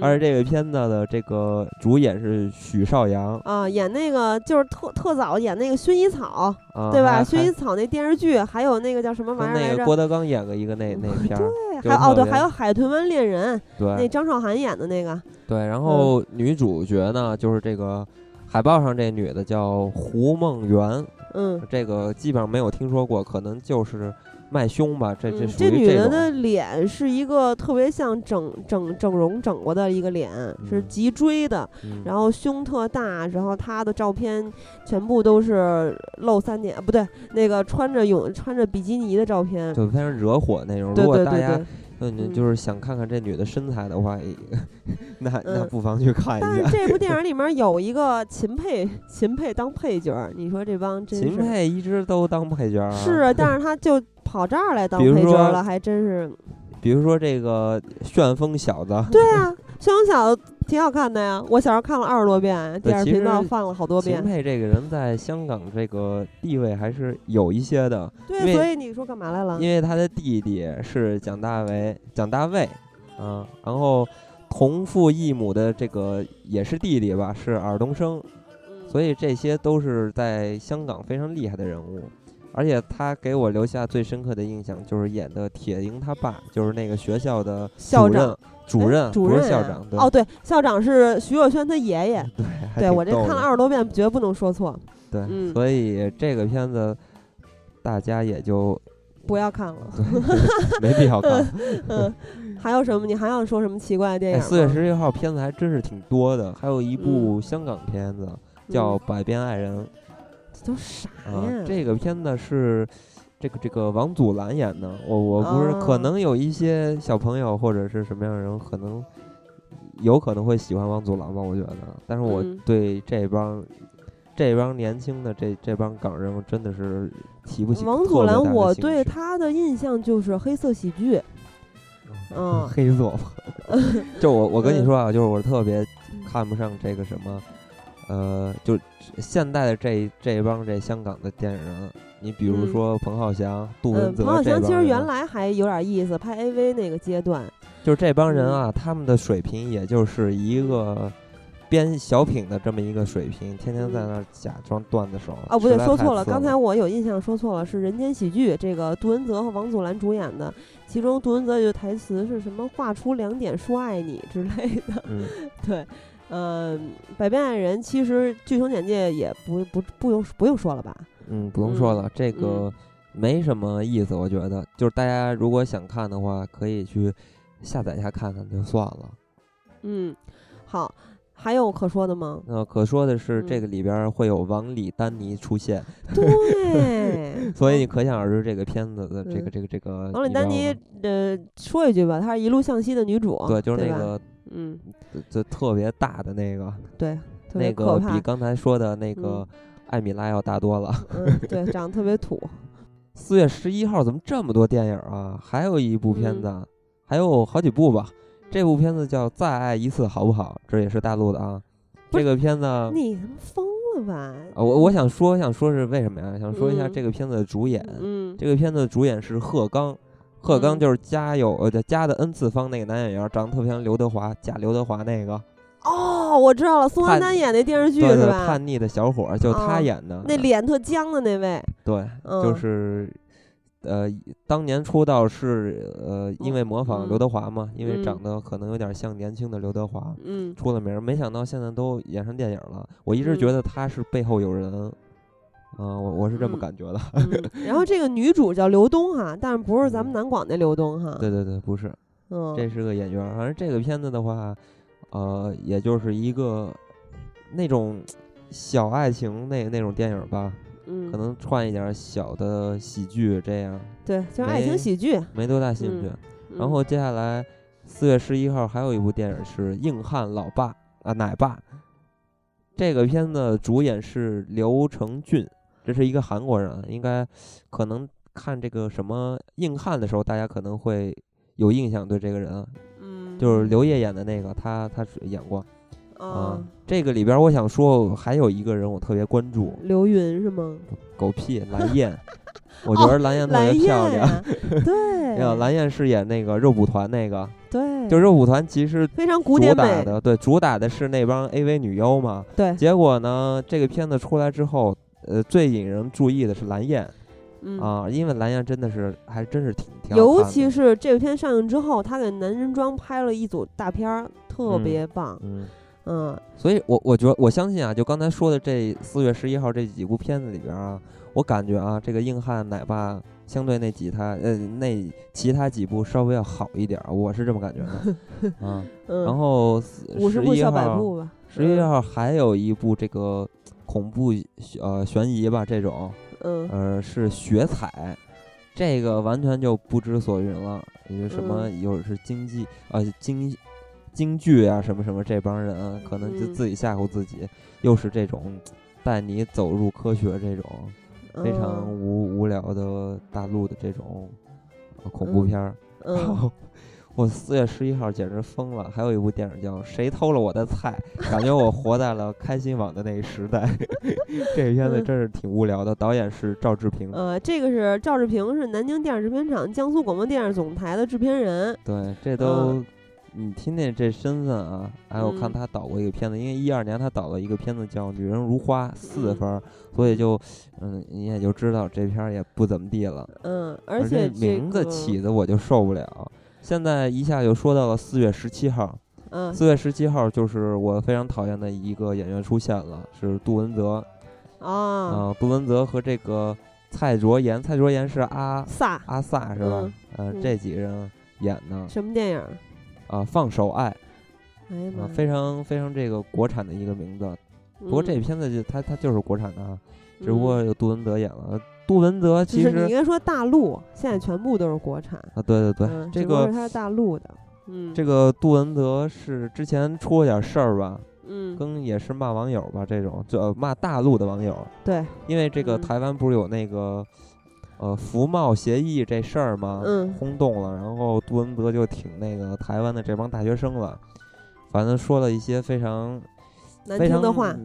A: 而且这个片子的这个主演是许绍洋
B: 啊，演那个就是特特早演那个薰衣草，
A: 啊，
B: 对吧？
A: 还
B: 薰衣草那电视剧，还有那个叫什么玩
A: 还
B: 意儿
A: 跟
B: 来
A: 那
B: 着嗯
A: 个？郭德纲演过一个那那片儿，
B: 对，还有哦
A: 特别
B: 对，还有《海豚湾恋人》，那嗯
A: 对
B: 张韶涵演的那个，
A: 对。然后女主角呢，就是这个海报上这女的叫胡梦圆。
B: 嗯，
A: 这个基本上没有听说过，可能就是卖胸吧，这这
B: 嗯
A: 属
B: 这
A: 于
B: 女
A: 这
B: 的
A: 种。
B: 的脸是一个特别像整整整容整过的一个脸，是
A: 嗯
B: 脊椎的，
A: 嗯
B: 然后胸特大，然后她的照片全部都是露三点，不对，那个穿着泳穿着比基尼的照片，
A: 就非常惹火那种。
B: 对
A: 如果
B: 对
A: 大
B: 对
A: 家
B: 对。
A: 嗯，你
B: 嗯
A: 就是想看看这女的身材的话，也
B: [laughs]
A: 那那
B: 嗯
A: 不妨去看
B: 但
A: 一下。
B: 是这部电影里面有一个秦沛， [laughs] 秦沛当配角儿，你说这帮真
A: 秦
B: 是
A: 沛一直都当配角啊，
B: 是啊，但是他就跑这儿来当
A: 比如
B: 配角
A: 说
B: 儿了，还真是。
A: 比如说这个旋风小子，
B: 对啊，《旋风小子》挺好看的呀，我小时候看了二十多遍，
A: 对
B: 电视
A: 其
B: 频道
A: 实
B: 放了好多
A: 秦
B: 遍。
A: 沛这个人在香港这个地位还是有一些的，因
B: 对，
A: 为
B: 所以你说干嘛来了？
A: 因为他的弟弟是蒋大为，蒋大卫，啊，然后同父异母的这个也是弟弟
B: 嗯
A: 吧，是尔冬升，所以这些都是在香港非常厉害的人物。而且他给我留下最深刻的印象就是演的铁英他爸，就是那个学校的
B: 校
A: 主任
B: 长，
A: 主任
B: 主
A: 不
B: 任
A: 是校
B: 啊
A: 长，对
B: 哦，对，校长是徐若瑄她爷爷。
A: 对，还
B: 对
A: 挺
B: 我这
A: 逗
B: 看了
A: 的
B: 二十多遍，绝不能说错，
A: 对，
B: 嗯
A: 所以这个片子大家也就 [laughs]
B: 不要看了。
A: 对没必要看。
B: 嗯，还有什么？你还想说什么奇怪的电影
A: 哎，
B: 吗？
A: 四月十六号片子还真是挺多的，还有一部
B: 嗯
A: 香港片子
B: 嗯
A: 叫《百变爱人》
B: 这嗯都啥
A: 啊
B: 呀，？
A: 这个片子是。这个这个王祖蓝演的，我我不是、可
B: 哦
A: 能有一些小朋友或者是什么样的人，可能有可能会喜欢王祖蓝吧，我觉得。但是我
B: 嗯
A: 对这帮、这帮年轻的这这帮港人，我真的是提不起
B: 王
A: 特
B: 祖
A: 别
B: 蓝
A: 大，的
B: 我
A: 兴
B: 对
A: 趣
B: 他的印象就是黑色喜剧，
A: [laughs]
B: 嗯
A: 黑色嘛。就我我跟你
B: 嗯
A: 说啊，就是我特别看不上这个什么，呃，就现代的这这帮这香港的电影人，你比如
B: 嗯
A: 说彭浩翔、杜
B: 嗯，
A: 文泽
B: 彭浩
A: 这
B: 翔
A: 帮
B: 其实
A: 人啊
B: 原来还有点意思，拍 AV 那个阶段，
A: 就是这帮人
B: 嗯
A: 啊，他们的水平也就是一个。编小品的这么一个水平，天天在
B: 嗯
A: 那儿假装段子手
B: 哦，不对，说错
A: 了。
B: 刚才我有印象说错了，是《人间喜剧》这个杜文泽和王祖蓝主演的，其中杜文泽有句台词是什么“画出两点说爱你”之类的， [laughs]
A: 嗯，
B: 对。嗯，百变爱人其实剧情简介也不不不用不用说了吧？
A: 嗯，不用说
B: 嗯
A: 了，这个
B: 嗯
A: 没什么意思，我觉得。就是大家如果想看的话，可以去下载一下看看就算了。？
B: 嗯，好，还有可说的吗
A: [laughs] 那可说的是，这
B: 嗯哦
A: 个里边儿会有王李丹妮出现，
B: 对，
A: 所以可想而知这个片子的这
B: 嗯
A: 个这个这个。
B: 王
A: 你
B: 李丹
A: 知道
B: 妮
A: 吗，
B: 呃，说一句吧，她是一路向西的女主，
A: 对，就是那
B: 吧，
A: 个
B: 嗯，
A: 就就特别大的那个，
B: 对，特别
A: 那
B: 可
A: 个
B: 怕
A: 比，刚才说的那个艾米拉要大多了。
B: 嗯，对，长得特别
A: [laughs]
B: 土，
A: 四月十一号怎么这么多电影啊？还有一部片
B: 嗯
A: 子啊，还有好几部吧。这部片子叫《再爱一次好不好》，这也是大陆的啊。
B: 不
A: 这
B: 是
A: 个片子啊，
B: 你他妈疯了吧？
A: 我我想说，想说是为什么呀？想说一下
B: 嗯
A: 这个片子的主演。
B: 嗯，
A: 这个片子的主演是贺刚，贺刚
B: 嗯
A: 就是《家有呃《家的 n 次方》那个男演员，长得特别像刘德华，假刘德华那个，
B: 哦，我知道了，宋
A: 叛
B: 丹丹演那电视剧
A: 对
B: 是
A: 对，
B: 吧？
A: 叛逆的小伙儿，就
B: 啊
A: 他演的。
B: 那脸特僵的
A: [laughs]
B: 那位，
A: 对，
B: 嗯
A: 就是呃，当年出道是呃，因为模仿刘
B: 嗯
A: 德华嘛，因为长
B: 嗯
A: 得可能有点像年轻的刘德华。
B: 嗯，
A: 出了名儿，没想到现在都演上电影了。我一直觉
B: 嗯
A: 得他是背后有人，啊、我我是这么
B: 嗯
A: 感觉的。 [laughs]
B: 嗯然后这个女主叫刘东哈，但是不是咱们南广那刘东哈？
A: 嗯对对对，不是，
B: 嗯，
A: 这是个演员。反正这个片子的话，呃，也就是一个那种小爱情那那种电影吧，
B: 嗯，
A: 可能串一点儿小的喜剧这样，
B: 对，就是爱情
A: 没
B: 喜剧。
A: 没多大兴趣。
B: 嗯
A: 然后接下来四月十一号还有一部电影是《硬汉老爸》啊，奶爸。这个片子主演是刘承俊，这是一个韩国人，啊应该可能看这个什么硬汉的时候，大家可能会有印象对这个人啊，
B: 嗯，嗯
A: 就是刘烨演的那个，他他是演过啊
B: 啊，。
A: 这个里边我想说，还有一个人我特别关注，
B: 刘云是吗？
A: 狗屁蓝燕，
B: [laughs]
A: 我觉得蓝燕特
B: 哦蓝
A: 别
B: 燕
A: 漂亮。 [laughs]
B: 啊，对，
A: 哎呀，蓝燕是演那个肉蒲团那个，
B: 对，
A: 就肉蒲团其实
B: 非常古
A: 主
B: 典
A: 打
B: 美，
A: 的对，主打的是那帮 AV 女优嘛。
B: 对，
A: 结果呢，这个片子出来之后，呃，最引人注意的是蓝燕、
B: 嗯
A: 啊，因为蓝燕真的是还真是挺挺好
B: 尤
A: 看的
B: 其是这片上映之后，他给男人装拍了一组大片儿，特
A: 嗯
B: 别棒。
A: 嗯，
B: 嗯
A: 所以我我觉得我相信啊，就刚才说的这四月十一号这几部片子里边啊，我感觉啊，这个硬汉奶爸相对那几他呃那其他几部稍微要好一点儿，我是这么感觉的
B: [laughs]
A: 啊。
B: 嗯，
A: 然后
B: 五十步
A: 11
B: 笑百
A: 号
B: 步吧，
A: 十一号还有一部这个恐怖呃悬疑吧，这种
B: 嗯，
A: 呃是雪彩，这个完全就不知所云了，也就是什么
B: 嗯
A: 有是经济呃京京剧啊什么什么这帮人，可能就
B: 嗯
A: 自己吓唬自己，又是这种带你走入科学这种
B: 嗯
A: 非常无无聊的大陆的这种、呃恐怖
B: 嗯
A: 片儿。然 [laughs]
B: 嗯，
A: 后我四月十一号简直疯了，还有一部电影叫《谁偷了我的菜》，感觉我活在了开心网的那个时代。 [laughs] 这个片子
B: 嗯
A: 真是挺无聊的，导演是赵志平。
B: 呃，这个是赵志平，是南京电影制片厂、江苏广播电视总台的制片人。
A: 对，这都你听听这身份啊，还有看
B: 嗯
A: 他导过一个片子，因为一二年他导了一个片子叫《女人如花》，四
B: 嗯
A: 分儿，所以就，嗯，你也就知道这片儿也不怎么地了。
B: 嗯，而
A: 这
B: 且这
A: 名字
B: 个
A: 起的我就受不了。现在一下就说到了四月十七号，
B: 嗯，
A: 四月十七号就是我非常讨厌的一个演员出现了，是杜文泽
B: 啊，
A: 啊、杜文泽和这个蔡卓妍，蔡卓妍是阿
B: 飒
A: 阿萨是吧？嗯、
B: 嗯
A: 这几个人演的啊、
B: 什么电影儿？
A: 放手爱
B: 哎呀
A: 啊、
B: 妈呀，嗯
A: 非常非常这个国产的一个名字。
B: 不
A: 不过这片子就它它就是国产的啊，只不过有杜文泽演了。杜文泽
B: 嗯就
A: 其
B: 是你
A: 实
B: 应该说大陆现在全部都是国产，
A: 啊，对对对，
B: 嗯，
A: 这
B: 只不过
A: 个
B: 是它是大陆的，嗯，
A: 这个杜文泽是之前出了点事儿吧，
B: 嗯，
A: 跟也是骂网友吧这种，就、呃骂大陆的网友，
B: 对，
A: 因为这个
B: 嗯
A: 台湾不是有那个、呃服贸协议这事儿吗？
B: 嗯
A: 轰动了，然后杜文泽就挺那个台湾的这帮大学生了，反正说了一些非常
B: 难
A: 非
B: 听
A: 常
B: 的话，，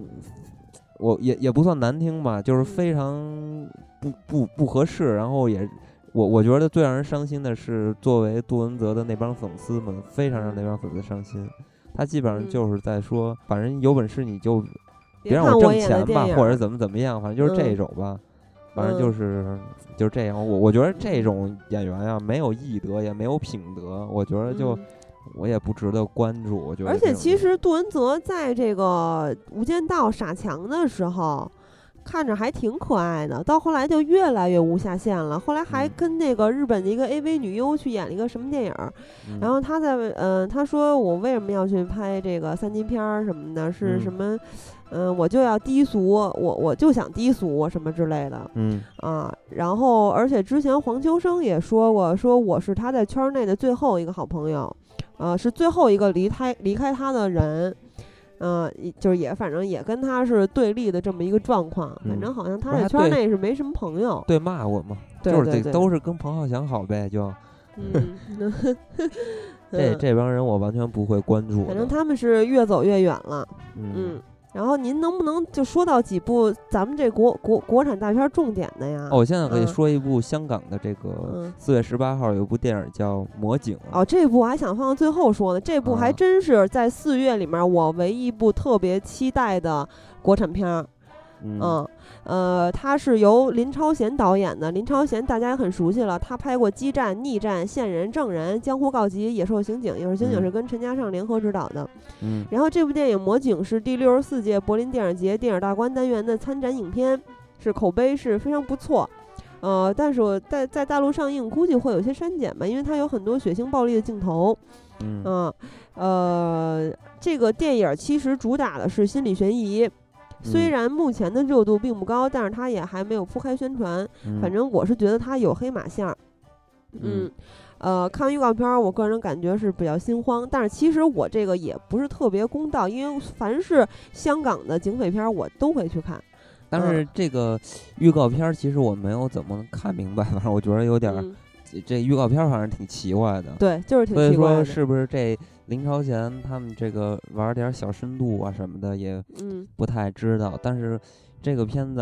A: 我也也不算难听吧，就是
B: 嗯
A: 非常不不不合适，然后也。我我觉得最让人伤心的是，作为杜文泽的那帮粉丝们，非常让那帮粉丝伤心。他基本上
B: 嗯
A: 就是在说，反正有本事你就别
B: 别
A: 让
B: 看
A: 挣
B: 演的
A: 钱吧
B: 电，影
A: 或
B: 儿
A: 者怎么怎么样，反正就是这
B: 嗯
A: 种吧。反正就是、就是这样。我我觉得这
B: 嗯
A: 种演员呀、没有艺德，也没有品德，我觉得就、
B: 嗯
A: 我也不值得关注。我觉得
B: 而
A: 这
B: 且
A: 种
B: 其
A: 人
B: 实杜文泽在这个《无间道》傻强的时候，看着还挺可爱的，到后来就越来越无下限了。后来还
A: 嗯
B: 跟那个日本的一个 AV 女优去演了一个什么电影儿，
A: 嗯
B: 然后他在嗯、呃他说我为什么要去拍这个三级片儿什么的，是
A: 嗯
B: 什么？嗯、我就要低俗，我我就想低俗什么之类的
A: 嗯
B: 啊。然后，而且之前黄秋生也说过，说我是他在圈儿内的最后一个好朋友，啊，是最后一个离开离开他的人，嗯、也就是也反正也跟他是对立的这么一个状况。反
A: 嗯
B: 正好像他
A: 不是
B: 在
A: 他
B: 圈
A: 对
B: 儿内是没什么朋友，
A: 对骂我嘛，
B: 对
A: 就是
B: 对
A: 这
B: 对，
A: 都是跟彭浩翔好呗，就
B: 嗯，
A: [laughs] 这
B: 嗯
A: 这帮人我完全不会关注的。
B: 反正他们是越走越远了。
A: 嗯
B: 嗯，然后您能不能就说到几部咱们这国国国产大片儿重点的呀？
A: 哦，我现在可以
B: 嗯
A: 说一部香港的这个
B: 嗯，
A: 四月十八号有一部电影叫《魔警》
B: 哦，这部我还想放到最后说呢。这部还
A: 啊
B: 真是在四月里面儿我唯一一部特别期待的国产片儿。
A: 嗯
B: 嗯，呃，它是由林超贤导演的。林超贤大家也很熟悉了，他拍过《激战》《逆战》《线人》《证人》《江湖告急》《野兽刑警》。《野兽刑警》
A: 嗯
B: 是跟陈嘉上联合执导的。
A: 嗯
B: 然后这部电影《魔警》是第六十四届柏林电影节电影大观单元的参展影片，是口碑是非常不错。呃，但是我在在大陆上映，估计会有些删减吧，因为它有很多血腥暴力的镜头。
A: 嗯
B: 嗯、呃，这个电影其实主打的是心理悬疑，虽
A: 嗯
B: 然目前的热度并不高，但是它也还没有铺开宣传。
A: 嗯
B: 反正我是觉得它有黑马线儿。嗯
A: 嗯，
B: 呃，看完预告片儿，我个人感觉是比较心慌，但是其实我这个也不是特别公道，因为凡是香港的警匪片儿，我都会去看。
A: 但
B: 嗯
A: 是这个预告片儿其实我没有怎么看明白，反 [laughs] 正我觉得有点儿
B: 嗯，
A: 这这预告片儿好像挺奇怪的。
B: 对，就是挺
A: 所以
B: 奇怪
A: 说，
B: 的。
A: 是不是这林超贤他们这个玩儿点儿小深度啊什么的也
B: 嗯，
A: 不太知道，但是这个片子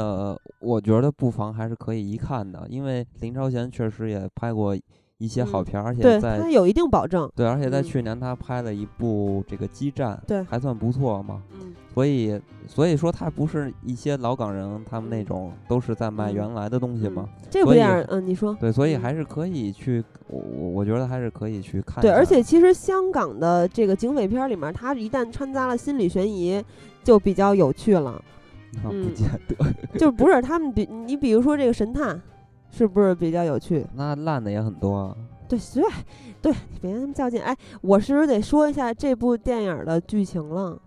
A: 我觉得不妨还是可以一看的，因为林超贤确实也拍过一些好
B: 嗯
A: 片儿，而且
B: 对，
A: 在
B: 它有一定保证。
A: 对，而且在
B: 嗯
A: 去年他拍了一部这个《激战》，
B: 对
A: 还算不错嘛。
B: 嗯
A: 所以，所以说他不是一些老港人，他们那
B: 嗯
A: 种都是在卖
B: 嗯
A: 原来的东西嘛。
B: 这部
A: 所以
B: 电影儿，嗯，你说。
A: 对，所以
B: 嗯
A: 还是可以去，我我我觉得还是可以去看一下。
B: 对，而且其实香港的这个警匪片儿里面儿，它一旦掺杂了心理悬疑，就比较有趣
A: [laughs]
B: 了。
A: 啊不
B: 嗯
A: 见得，
B: 就不是他们比你比如说这个神探，是不是比较有趣？
A: 那烂的也很多啊。
B: 对，对，对，别那么较劲。哎，我是不是得说一下这部电影的剧情了？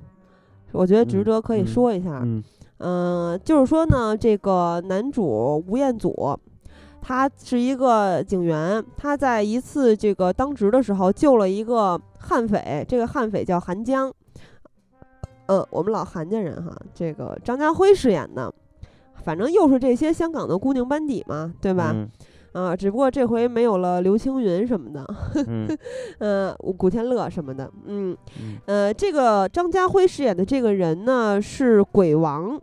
B: 我觉得值
A: 嗯
B: 得可以
A: 嗯
B: 说一下。
A: 嗯
B: 嗯、就是说呢，这个男主吴彦祖，他是一个警员，他在一次这个当值的时候救了一个悍匪，这个悍匪叫韩江，呃，我们老韩家人哈，这个张家辉饰演的，反正又是这些香港的固定班底嘛，对吧？
A: 嗯
B: 啊，只不过这回没有了刘青云什么的， [laughs]
A: 嗯
B: 呃，古天乐什么的，嗯，
A: 嗯
B: 呃，这个张家辉饰演的这个人呢是鬼王，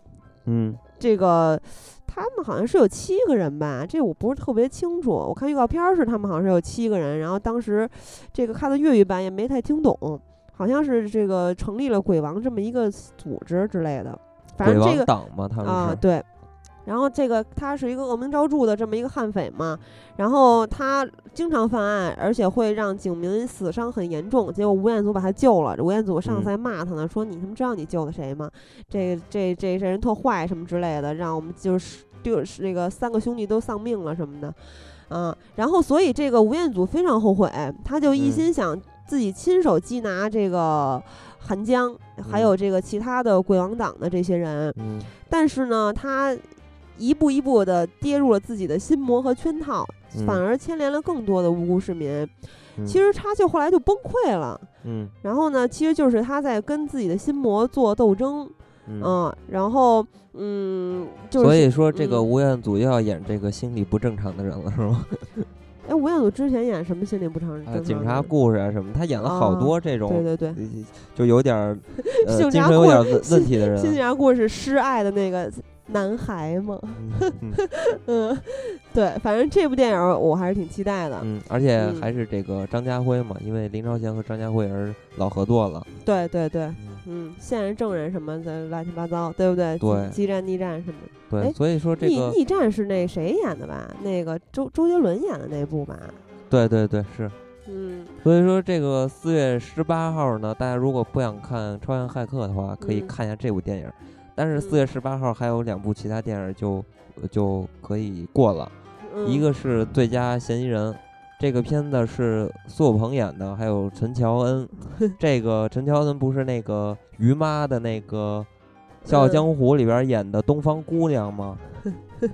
A: 嗯
B: 这个他们好像是有七个人吧，这我不是特别清楚。我看预告片儿是他们好像是有七个人，然后当时这个看的粤语版也没太听懂，好像是这个成立了鬼王这么一个组织之类的。反
A: 鬼
B: 正这个
A: 王党嘛，他们
B: 啊，
A: 是
B: 对。然后这个他是一个恶名昭著的这么一个悍匪嘛，然后他经常犯案，而且会让警民死伤很严重。结果吴彦祖把他救了，吴彦祖
A: 嗯
B: 上次还骂他呢，说你他妈知道你救的谁吗？这这这这人特坏什么之类的，让我们就是就是那个三个兄弟都丧命了什么的，嗯。然后所以这个吴彦祖非常后悔，他就一
A: 嗯
B: 心想自己亲手缉拿这个韩江，
A: 嗯
B: 还有这个其他的鬼王党的这些人。
A: 嗯
B: 但是呢，他一步一步的跌入了自己的心魔和圈套，
A: 嗯
B: 反而牵连了更多的无辜市民。
A: 嗯
B: 其实他就后来就崩溃了。
A: 嗯
B: 然后呢，其实就是他在跟自己的心魔做斗争，
A: 嗯
B: 嗯，然后嗯，就是
A: 所以说这个
B: 嗯
A: 吴彦祖又要演这个心理不正常的人了，是
B: [laughs]
A: 吗？
B: 哎，吴彦祖之前演什么心理不正
A: 啊，
B: 常正
A: 警
B: 常
A: 察
B: 人
A: 故事啊什么，他演了好
B: 啊
A: 多这
B: 对
A: 种，
B: 对对，
A: 呃就有点儿
B: [laughs]
A: 呃
B: 警
A: 精
B: 察
A: 神有
B: 故
A: 点儿问
B: 心
A: 问题的
B: 心理
A: 人啊。
B: 上故事失爱的那个男孩嘛，
A: 嗯嗯
B: 嗯，对，反正这部电影儿我还是挺期待的，
A: 嗯，而且
B: 嗯
A: 还是这个张家辉嘛，因为林超贤和张家辉而老合作了。
B: 对对对。
A: 嗯，
B: 嗯，线人证人什么的乱七八糟，对不对？
A: 对
B: 激战、逆战什么的。哎
A: 对，所以说这
B: 逆
A: 个，
B: 逆战是那谁演的吧？那个周周杰伦演的那部吧？
A: 对对对是，
B: 嗯，
A: 所以说这个四月十八号呢，大家如果不想看《超越骇客》的话，可以
B: 嗯
A: 看一下这部电影。但是
B: 嗯
A: 四月十八号还有两部其他电影就呃就可以过了，
B: 嗯
A: 一个是最佳嫌疑人，这个片子是苏有朋演的，还有陈乔
B: [laughs]
A: 恩。这个陈乔恩不是那个于妈的那个《笑傲
B: 嗯
A: 江湖》里边演的东方姑娘吗？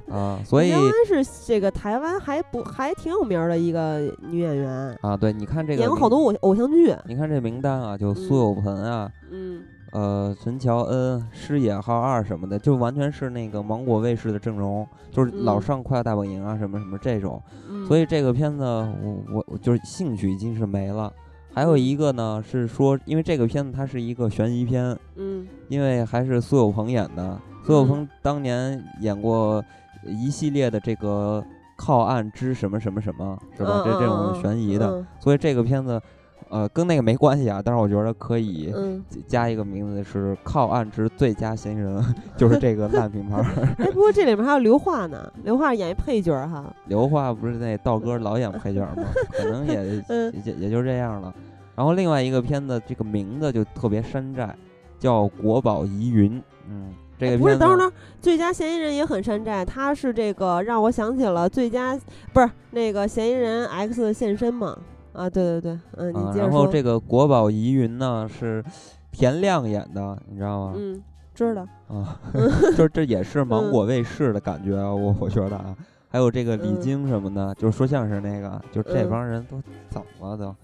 A: 啊，所以
B: 原来是这个台湾还不还挺有名儿的一个女演员，
A: 啊，对，你看这个
B: 演过
A: 名
B: 好多偶偶像剧。
A: 你看这名单啊，就苏有朋啊，
B: 嗯，
A: 呃，陈乔恩、师野浩二什么的，就完全是那个芒果卫视的阵容，就是老
B: 嗯
A: 上《快乐大本营》啊，什么什么这种。
B: 嗯
A: 所以这个片子我，我我就是兴趣已经是没了。还
B: 嗯
A: 有一个呢，是说，因为这个片子它是一个悬疑片，
B: 嗯
A: 因为还是苏有朋演的。苏有
B: 嗯
A: 朋当年演过一系列的这个《靠岸之什么什么什么》，是吧？
B: 嗯
A: 这这
B: 嗯
A: 种
B: 嗯
A: 悬疑的。
B: 嗯
A: 所以这个片子，呃，跟那个没关系啊，但是我觉得可以 [laughs]
B: 嗯，
A: 加一个名字是《靠岸之最佳嫌疑人》， [laughs] 就是这个烂品牌儿。 [laughs]
B: 哎，不过这里面还有刘桦呢，刘桦演一配角儿哈。
A: 刘桦不是那道哥老演配角儿吗？可能也
B: 嗯
A: 也也就这样了。然后另外一个片子，这个名字就特别山寨，叫《国宝疑云》。嗯，这个
B: 哎不是，
A: 片
B: 等会儿，等
A: 子
B: 会儿最佳嫌疑人也很山寨，他是这个让我想起了最佳不是那个嫌疑人 X 的现身嘛？啊，对对对，嗯，你
A: 啊，
B: 接着
A: 然
B: 说。
A: 后这个《国宝疑云》呢是田亮演的，你知道吗？
B: 嗯，知道。
A: 啊， [laughs] 就是这也是芒果卫视的感觉啊，我我觉得啊，还有这个李
B: 嗯
A: 菁什么的，就是说相声那个，就是这
B: 嗯
A: 帮人都怎么了都，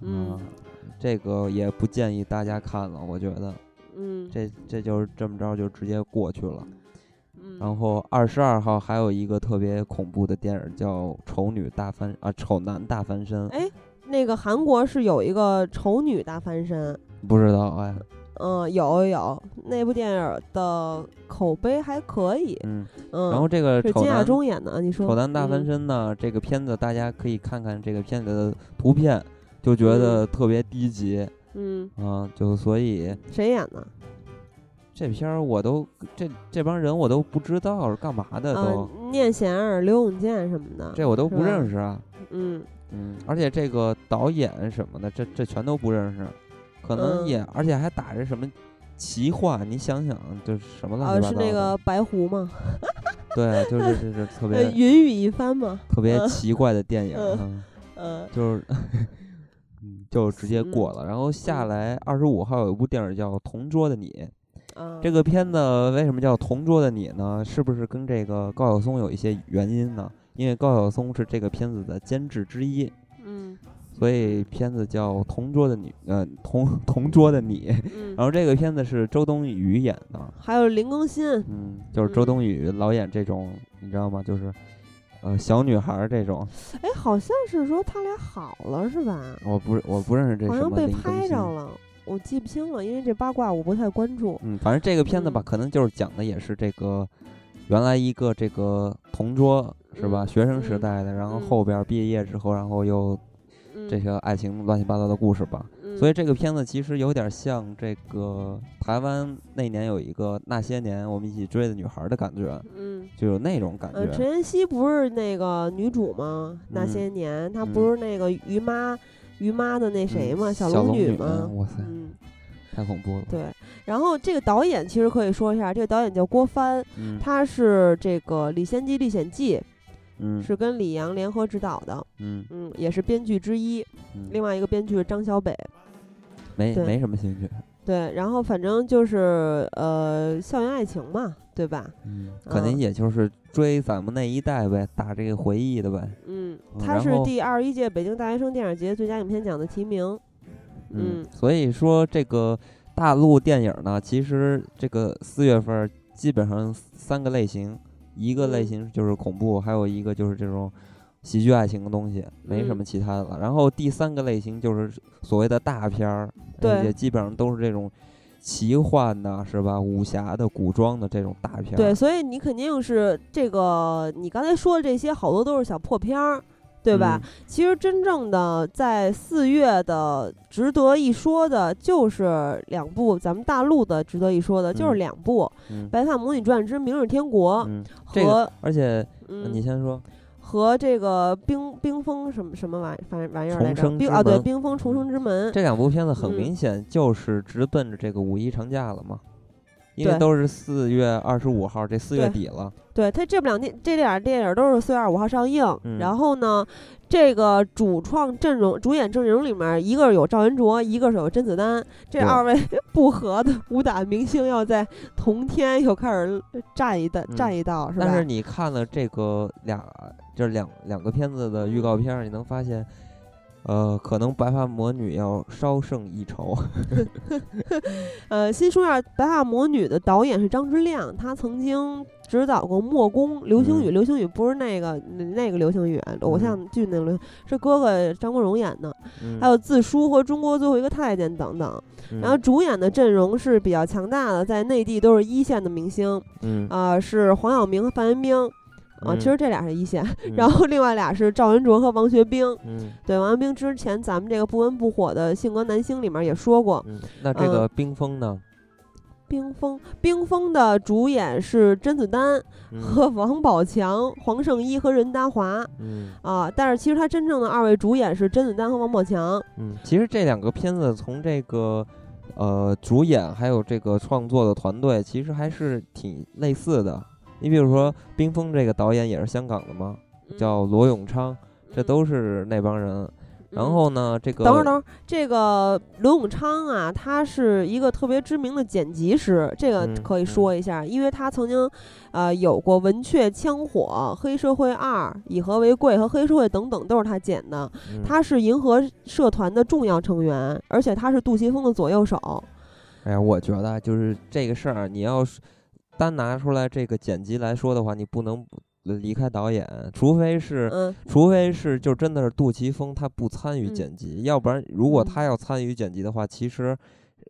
B: 嗯
A: 啊，这个也不建议大家看了，我觉得
B: 嗯，
A: 这这就是这么着就直接过去了。
B: 嗯
A: 然后二十二号还有一个特别恐怖的电影叫《丑女大翻啊丑男大翻身》，
B: 哎那个韩国是有一个丑女大翻身，
A: 不知道哎，
B: 嗯，有有，那部电影的口碑还可以，
A: 嗯，
B: 嗯，
A: 然后这个
B: 是
A: 丑
B: 金亚
A: 男
B: 中演的，你说嗯
A: 丑男大翻，身呢，这个片子大家可以看看这个片子的图片，就觉得特别低级
B: 嗯，
A: 啊、就所以
B: 嗯谁演的？
A: 这片儿我都这这帮人我都不知道是干嘛的都，
B: 啊，聂贤儿、刘永健什么的，
A: 这我都
B: 是
A: 不
B: 吧
A: 认识啊，
B: 嗯
A: 嗯，而且这个导演什么的，这这全都不认识，可能
B: 嗯
A: 也、而且还打着什么。奇幻，你想想，这什么乱
B: 呃，
A: 七八
B: 是
A: 糟的？
B: 那个白狐吗？
A: 对啊，就是这这特
B: [laughs] 呃，
A: 别
B: 云雨一番吗？
A: 特别
B: 嗯
A: 奇怪的电影。
B: 嗯
A: 嗯
B: 呃，
A: 就是 [laughs] 嗯就直接过了。然后
B: 嗯
A: 下来二十五号有一部电影叫《同桌的你》，
B: 啊
A: 这个片子为什么叫《同桌的你》呢？是不是跟这个高晓松有一些原因呢？因为高晓松是这个片子的监制之一，
B: 嗯
A: 所以片子叫《同桌的你》，呃，同同桌的你。
B: [laughs] 嗯，
A: 然后这个片子是周冬雨演的，
B: 还有林更新，
A: 嗯，就是周
B: 嗯
A: 冬雨老演这种，你知道吗？就是。呃，小女孩儿这种，
B: 哎，好像是说他俩好了是吧？
A: 我不我不认识这
B: 好
A: 什
B: 像
A: 么
B: 被
A: 林更
B: 拍
A: 新
B: 着了，我记不清了，因为这八卦我不太关注。
A: 嗯，反正这个片子吧，
B: 嗯
A: 可能就是讲的也是这个，原来一个这个同桌是吧？
B: 嗯
A: 学生时
B: 嗯
A: 代的，然后
B: 嗯
A: 后边儿毕业之后，然后又
B: 嗯
A: 这些爱情乱七八糟的故事吧。所以这个片子其实有点像这个台湾那年有一个《那些年我们一起追的女孩》的感觉，
B: 嗯。嗯
A: 就有那种感
B: 呃，
A: 觉。
B: 陈妍希不是那个女主吗？那
A: 嗯
B: 些年，她
A: 嗯
B: 不是那个于妈，于妈的那谁
A: 嗯
B: 吗？
A: 小
B: 龙
A: 女啊
B: 吗？
A: 哇塞，
B: 嗯，
A: 太恐怖了。
B: 对。然后这个导演其实可以说一下，这个导演叫郭帆，
A: 嗯
B: 他是这个《李仙姬历险记》
A: 嗯
B: 是跟李阳联合执导的，
A: 嗯
B: 嗯，也是编剧之一。
A: 嗯，
B: 另外一个编剧是张小北，
A: 没
B: 对
A: 没什么兴趣。
B: 对。然后反正就是呃，校园爱情嘛，对吧？
A: 嗯，肯
B: 啊
A: 定也就是追咱们那一代呗，打这个回忆的呗。
B: 嗯，
A: 嗯
B: 他
A: 然
B: 是
A: 后
B: 第二十一届北京大学生电影节最佳影片奖的提名。嗯，
A: 所以说这个大陆电影呢，其实这个四月份儿基本上三个类型，一个类
B: 嗯
A: 型就是恐怖，还有一个就是这种喜剧爱情的东西，没什
B: 嗯
A: 么其他的了。然后第三个类型就是所谓的大片儿，而
B: 对
A: 且基本上都是这种奇幻的，是吧？武侠的、古装的这种大片儿。
B: 对，所以你肯定是这个，你刚才说的这些好多都是小破片儿，对吧？
A: 嗯
B: 其实真正的在四月的值得一说的，就是两部咱们大陆的值得一说的，就是
A: 嗯
B: 两部《
A: 嗯？
B: 白发魔女传之明日天国》
A: 嗯嗯，这个
B: 和、
A: 而且、呃你
B: 嗯
A: 先说，
B: 和这个冰冰封什么什么玩反玩意儿来
A: 重
B: 着？
A: 生
B: 冰
A: 之
B: 啊，对，
A: 门嗯
B: 冰封重生之 [laughs] 门。
A: 这两部片子很
B: 嗯
A: 明显就是直奔着这个五一长假了嘛，因为
B: 对
A: 都是四月二十五号，这四月
B: 对
A: 底了。
B: 对它这部两电这俩电影都是四月二十五号上映。
A: 嗯
B: 然后呢，这个主创阵容、主演阵容里面，一个是有赵文卓，一个是有甄子丹，这
A: 对
B: 二位 [laughs] 不和的武打明星要在同天又开始 [laughs] 站一道、
A: 嗯
B: 站一道，是吧？
A: 但是你看了这个俩，就是两两个片子的预告片儿，你能发现，呃，可能白发魔女要稍胜一
B: [laughs]
A: 筹。
B: 呃，新说一下《白发魔女》的导演是张之亮，他曾经执导过《墨攻》《流星雨》，
A: 嗯
B: 流星雨不是那个那那个流星雨，偶像剧那个流，是哥哥张国荣演的，
A: 嗯
B: 还有《自梳》和《中国最后一个太监》等等。
A: 嗯
B: 哦然后主演的阵容是比较强大的，在内地都是一线的明星，
A: 嗯，
B: 啊、是黄晓明和范冰冰，啊、
A: 嗯
B: 其实这俩是一线，
A: 嗯
B: [laughs] 然后另外俩是赵文卓和王学兵。
A: 嗯
B: 对，王学兵之前咱们这个不温不火的《性格男星》里面也说过，
A: 嗯，那
B: 呃
A: 这个冰封呢？
B: 冰封冰封的主演是甄子丹
A: 嗯
B: 和王宝强、黄圣依和任达华
A: 嗯
B: 啊、但是其实他真正的二位主演是甄子丹和王宝强。
A: 嗯，其实这两个片子从这个。呃，主演还有这个创作的团队其实还是挺类似的。你比如说，冰封这个导演也是香港的嘛，
B: 嗯
A: 叫罗永昌，这
B: 嗯
A: 都是那帮人。然
B: 嗯
A: 后呢，这个
B: 等会儿，等会儿，这个罗永昌啊，他是一个特别知名的剪辑师，这个
A: 嗯
B: 可以说一下，因为他曾经，呃，有过《文雀枪火》《黑社会二》《以和为贵》和《黑社会》等等，都是他剪的。
A: 嗯
B: 他是银河社团的重要成员，而且他是杜琪峰的左右手。
A: 哎呀，我觉得就是这个事儿，你要是单拿出来这个剪辑来说的话，你不能不离开导演，除非是，
B: 嗯，
A: 除非是就真的是杜琪峰他不参与
B: 嗯
A: 剪辑，要不然如果
B: 嗯
A: 他要参与剪辑的话，其实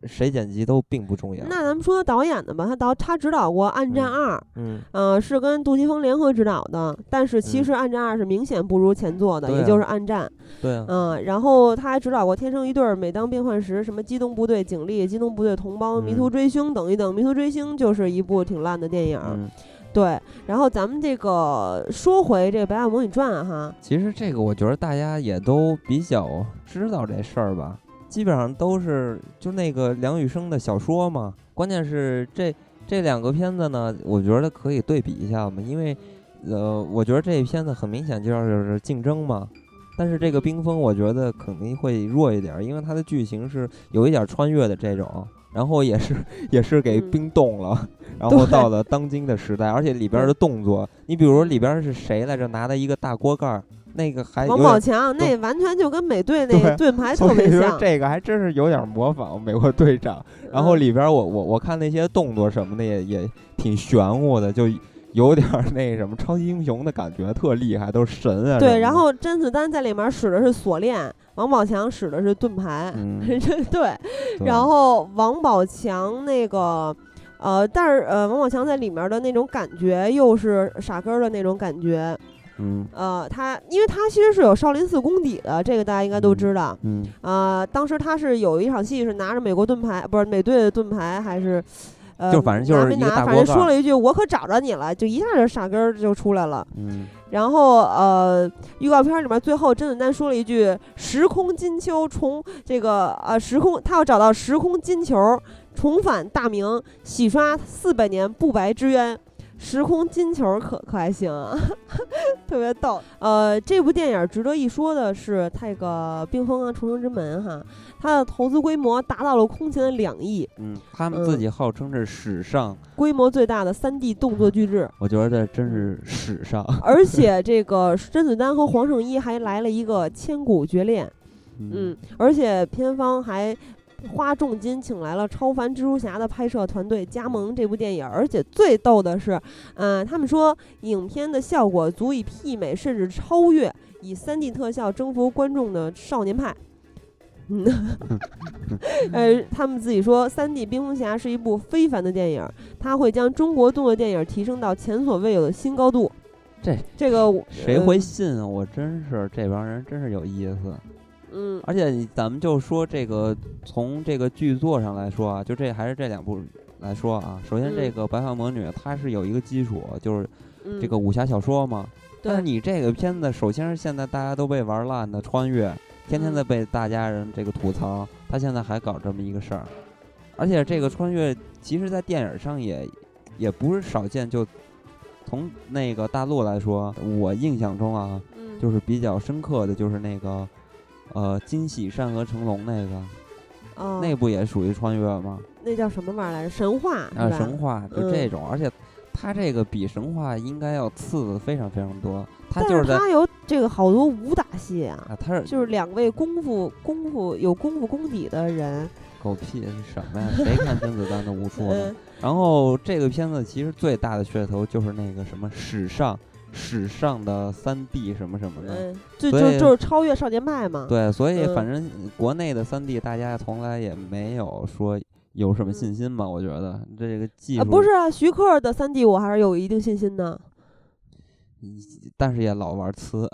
A: 谁剪辑都并不重要。
B: 那咱们说导演的吧，他导他指导过《暗战
A: 嗯
B: 二》
A: 嗯，
B: 呃，是跟杜琪峰联合指导的，但是其
A: 嗯
B: 实《暗战二》是明显不如前作的，
A: 对
B: 也
A: 啊
B: 就是《暗战》。
A: 对啊，
B: 嗯，然后他还指导过《天生一对儿》《每当变幻时》什么《机动部队警力》《机动部队同胞》《迷途
A: 嗯
B: 追凶》等一等，《迷途追凶》就是一部挺烂的电影儿。
A: 嗯，
B: 对，然后咱们这个说回这个《白发魔女传》哈，
A: 其实这个我觉得大家也都比较知道这事儿吧，基本上都是就那个梁羽生的小说嘛。关键是这这两个片子呢，我觉得可以对比一下嘛，因为呃，我觉得这片子很明显就是竞争嘛。但是这个冰封，我觉得肯定会弱一点儿，因为它的剧情是有一点儿穿越的这种，然后也是也是给
B: 嗯
A: 冰冻了，然后到了当今的时代，而且里边儿的动作，你比如说里边儿是谁来着，拿着一个大锅盖儿，那个还哎有
B: 王
A: 点
B: 宝
A: 儿
B: 强那完全就跟美队那
A: 对
B: 个盾
A: [laughs]
B: 牌
A: 所
B: 特别
A: 以说
B: 像。
A: 这个还真是有点儿模仿美国队长。然后
B: 嗯
A: 里边儿我我我看那些动作什么的也也挺玄乎的，就有点儿那什么超级英雄的感觉，特厉害，都是神啊什么的。
B: 对，然后甄子丹在里面使的是锁链，王宝强使 [laughs] 的是盾牌。
A: 嗯
B: 对，
A: 对
B: 然后王宝强那个呃，但是呃，王宝强在里面的那种感觉又是傻根儿的那种感觉，
A: 嗯
B: 呃，他因为他其实是有少林寺功底的，这个大家应该都知道。
A: 嗯
B: 啊、当时他是有一场戏是拿着美国盾牌，不是美队的盾牌，还是呃，
A: 就反正就是
B: 拿没
A: 一个
B: 拿
A: 大
B: 反
A: 锅
B: 正说
A: 盖
B: 了一句“我可找着你了”，就一下就傻根儿就出来了。
A: 嗯
B: 然后呃，预告片里面最后甄子丹说了一句“时空金秋重这个呃时空”，他要找到时空金球，重返大明，洗刷四百年不白之冤。时空金球可可还行啊， [laughs] 特别逗。呃，这部电影值得一说的是，它这个《冰封啊重生之门》哈，它的投资规模达到了空前的两亿，
A: 嗯，他们自
B: 嗯
A: 己号称是史上，
B: 规模最大的 3D 动作巨制。
A: 我觉得这真是史上，
B: 而且这个甄子丹和黄圣依还来了一个千古绝恋，嗯，而且片方还花重金请来了超凡蜘蛛侠的拍摄团队加盟这部电影，而且最逗的是，嗯、他们说影片的效果足以媲美甚至超越以 3D 特效征服观众的少年派。嗯， [laughs] 呃，他们自己说，《三 D 冰封侠》是一部非凡的电影，它会将中国动作电影提升到前所未有的新高度。
A: 这
B: 这个我呃
A: 谁会信啊？我真是这帮人真是有意思。
B: 嗯
A: 而且你咱们就说这个，从这个剧作上来说啊，就这还是这两部来说啊。首先，
B: 嗯
A: 这个《白发魔女》它是有一个基础，就是
B: 嗯
A: 这个武侠小说嘛。但是
B: 对
A: 你这个片子，首先是现在大家都被玩烂的穿越，天天
B: 嗯
A: 在被大家人这个吐槽，他现在还搞这么一个事儿。而且这个穿越，其实，在电影上也也不是少见。就从那个大陆来说，我印象中啊，
B: 嗯
A: 就是比较深刻的就是那个，呃，金喜善恶成龙那个，
B: 哦
A: 那部也属于穿越吗？
B: 那叫什么玩意儿来着？神话是吧？
A: 啊，神话就这
B: 嗯
A: 种，而且它这个比神话应该要次的非常非常多。它
B: 但
A: 就是在
B: 他有这个好多武打戏啊，
A: 啊，它是
B: 就是两位功夫功夫有功夫功底的人，
A: 狗屁是什么呀？谁看甄子丹的无数呢
B: 嗯？
A: 然后这个片子其实最大的噱头就是那个什么史上史上的三 D 什么什么的。
B: 嗯，就
A: 所
B: 就
A: 以
B: 就是超越少年派嘛。
A: 对，所以
B: 嗯
A: 反正国内的三 D 大家从来也没有说有什么信心吧？我觉得这个技
B: 嗯啊，
A: 术
B: 不是啊，徐克的三 D 我还是有一定信心的，
A: 嗯但是也老玩呲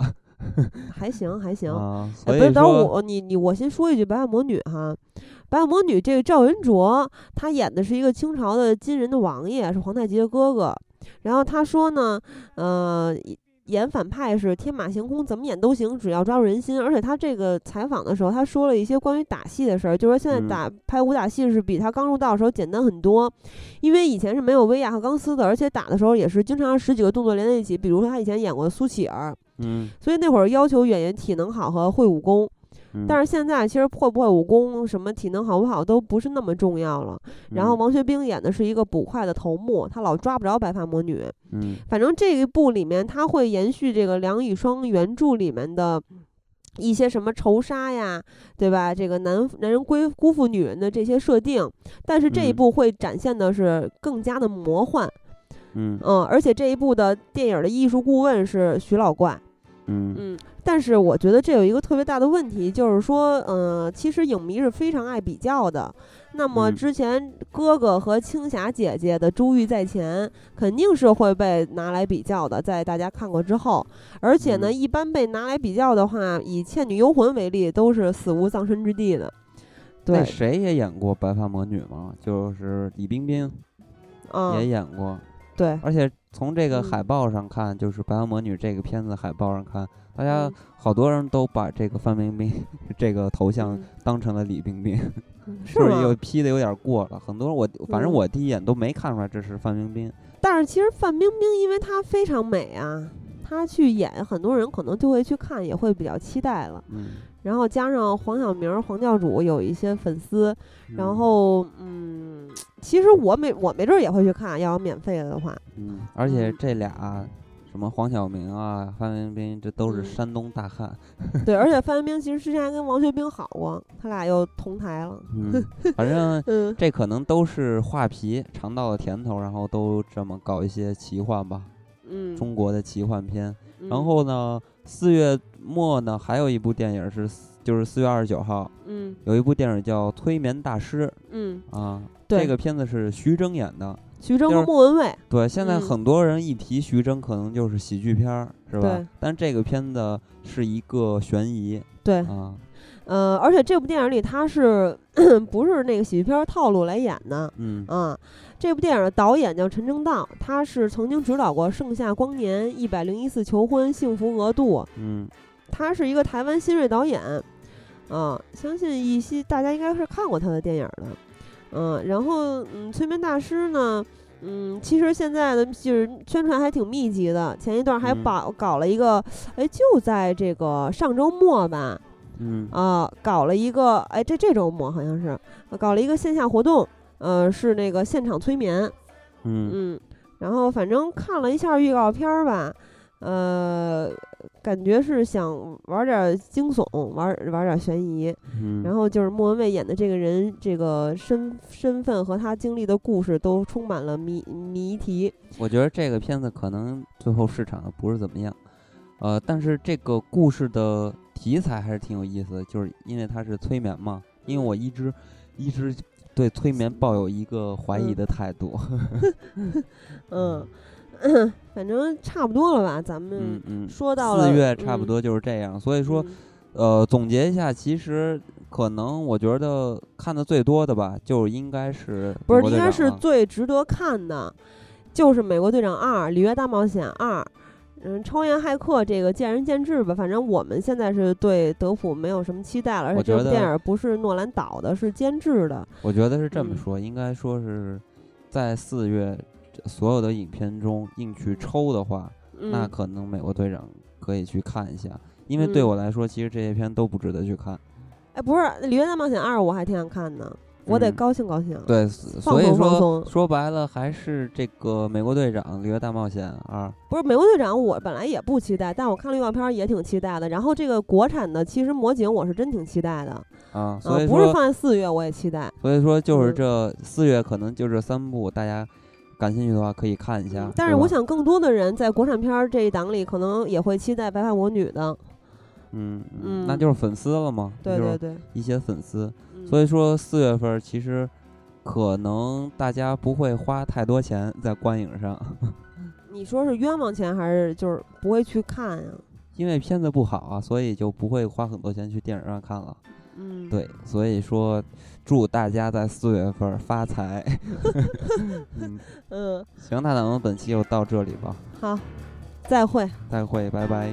B: 还行还行。
A: 啊，
B: 哎，
A: 所以
B: 不是，等会儿
A: 说
B: 我你你我先说一句《白发魔女》哈，《白发魔女》这个赵文卓，他演的是一个清朝的金人的王爷，是皇太极的哥哥。然后他说呢，呃，一演反派是天马行空，怎么演都行，只要抓住人心。而且他这个采访的时候，他说了一些关于打戏的事儿，就说现在
A: 嗯
B: 打、拍武打戏是比他刚入道的时候简单很多，因为以前是没有威亚和钢丝的，而且打的时候也是经常十几个动作连在一起，比如说他以前演过苏乞儿，
A: 嗯，
B: 所以那会儿要求演员体能好和会武功。但
A: 是
B: 是现在其实会不会武功、什么体能好不好都不是那么重要了。然
A: 嗯
B: 后王学兵演的是一个捕快的头目，他老抓不着白发魔女。
A: 嗯
B: 反正这一部里面，他会延续这个梁以霜原著里面的。一些什么仇杀呀，对吧？这个男男人归辜负女人的这些设定，但是这一
A: 嗯
B: 部会展现的是更加的魔幻，
A: 嗯
B: 嗯，而且这一部的电影的艺术顾问是徐老怪，
A: 嗯嗯
B: 嗯，但是我觉得这有一个特别大的问题，就是说，嗯、其实影迷是非常爱比较的。那么
A: 嗯
B: 之前哥哥和青霞姐姐的珠玉在前，肯定是会被拿来比较的，在大家看过之后，而且呢，
A: 嗯
B: 一般被拿来比较的话，以《倩女幽魂》为例，都是死无葬身之地的。对
A: 那，谁也演过白发魔女嘛，就是李冰冰
B: 啊、
A: 也演过，
B: 对，
A: 而且从这个
B: 嗯
A: 海报上看，就是《白发魔女》这个片子海报上看，大家
B: 嗯
A: 好多人都把这个范冰冰 [laughs] 这个头像
B: 嗯
A: 当成了李冰冰，
B: 嗯是
A: 是不是
B: 吗
A: 有 P 的有点过了？很多人我反正
B: 嗯
A: 我第一眼都没看出来这是范冰冰，
B: 但是其实范冰冰，因为她非常美啊，她去演，很多人可能就会去看，也会比较期待了。
A: 嗯，
B: 然后加上黄晓明儿、黄教主有一些粉丝，
A: 嗯
B: 然后嗯，其实我没我没准儿也会去看，要有免费的
A: [laughs]
B: 的话，
A: 嗯，嗯，而且
B: 嗯
A: 这俩。什么黄晓明啊，范冰冰，这都是
B: 嗯
A: 山东大
B: [laughs]
A: 汉。
B: 对，而且范冰冰其实之前还跟王学兵好过，他俩又同台了，
A: 嗯，反正
B: 嗯，
A: 这可能都是画皮尝到了甜头，然后都这么搞一些奇幻吧，
B: 嗯，
A: 中国的奇幻片。
B: 嗯
A: 然后呢，四月末呢，还有一部电影是四，就是四月二十九号，
B: 嗯
A: 有一部电影叫《催眠大师
B: 嗯，》
A: 啊，
B: 对
A: 这个片子是徐峥演的。
B: 徐峥
A: 就
B: 和
A: 是
B: 莫文蔚，
A: 对，现在
B: 嗯
A: 很多人一提徐峥，可能就是喜剧片儿，是吧
B: 对？
A: 但这个片子是一个悬疑
B: 对，
A: 啊，
B: 呃，而且这部电影里他是 [clears throat] 不是那个喜剧片套路来演的
A: 嗯
B: 啊？这部电影的导演叫陈正道，他是曾经指导过《盛夏光年》《一百零一次求婚》《幸福额度》，
A: 嗯，
B: 他是一个台湾新锐导演，啊，相信一些大家应该是看过他的电影的，嗯、然后嗯，催眠大师呢，嗯，其实现在的就是宣传还挺密集的，前一段还
A: 嗯
B: 搞、搞了一个，哎，就在这个上周末吧，
A: 嗯
B: 啊，搞了一个，哎，这这周末好像是搞了一个线下活动，呃，是那个现场催眠，
A: 嗯
B: 嗯，然后反正看了一下预告片儿吧，呃，感觉是想玩点儿惊悚，玩儿玩儿点儿悬疑。
A: 嗯，
B: 然后就是莫文蔚演的这个人，这个身身份和他经历的故事都充满了谜谜题。
A: 我觉得这个片子可能最后市场不是怎么样，呃，但是这个故事的题材还是挺有意思的，就是因为它是催眠嘛，因为我一直一直对催眠抱有一个怀疑
B: 嗯
A: 的态度，
B: 嗯， [clears throat] 反正差不多了吧，咱们
A: 嗯嗯，
B: 说到了
A: 四月差不
B: 嗯
A: 多就是这样，所以说
B: 嗯
A: 呃，总结一下，其实可能我觉得看的最多的吧，就应该是
B: 不
A: 美国
B: 是应
A: 队
B: 该
A: 长啊
B: 是
A: 了
B: 最值得看的，就是《美国队长二》《里约大冒险二》。嗯，超员骇客这个见仁见智吧，反正我们现在是对德普没有什么期待了，而且
A: 我觉
B: 这部
A: 得
B: 电影不是诺兰导的，是监制的。
A: 我觉得是这么
B: 嗯
A: 说，应该说是在四月这所有的影片中硬去抽的话，那
B: 嗯，
A: 可能美国队长可以去看一下，因为对
B: 嗯
A: 我来说，其实这些片都不值得去看。
B: 哎，不是《里约大冒险二》，我还挺想看的，我得
A: 嗯
B: 高兴高兴。
A: 对，所
B: 放
A: 所以
B: 松放
A: 说
B: 松
A: 说白了还是这个美国队长《里约大冒险二》。
B: 不是《美国队长》，我本来也不期待，但我看了预告片儿也挺期待的。然后这个国产的，其实《魔警》我是真挺期待的，
A: 啊，
B: 啊
A: 所，以
B: 不是
A: 说，
B: 放在四月我也期待。
A: 所以说就是
B: 嗯
A: 这四月可能就这三部，大家感兴趣的话可以看一下。
B: 嗯但是我
A: 吧，
B: 想，更多的人在国产片儿这一档里，可能也会期待《白发魔女》的。
A: 嗯嗯，那
B: 嗯
A: 就是粉丝了嘛，
B: 对
A: 就是
B: 对对，
A: 一些粉丝。
B: 嗯
A: 所以说四月份儿其实可能大家不会花太多钱在观影上， [laughs]
B: 你说是冤枉钱，还是就是不会去看呀？
A: 因为片子不好啊，所以就不会花很多钱去电影院看了。
B: 嗯，
A: 对，所以说祝大家在四月份儿发财。 [laughs] 嗯，
B: 嗯，
A: 行，那咱们本期就到这里吧，
B: 好，再会。
A: 再会，拜拜。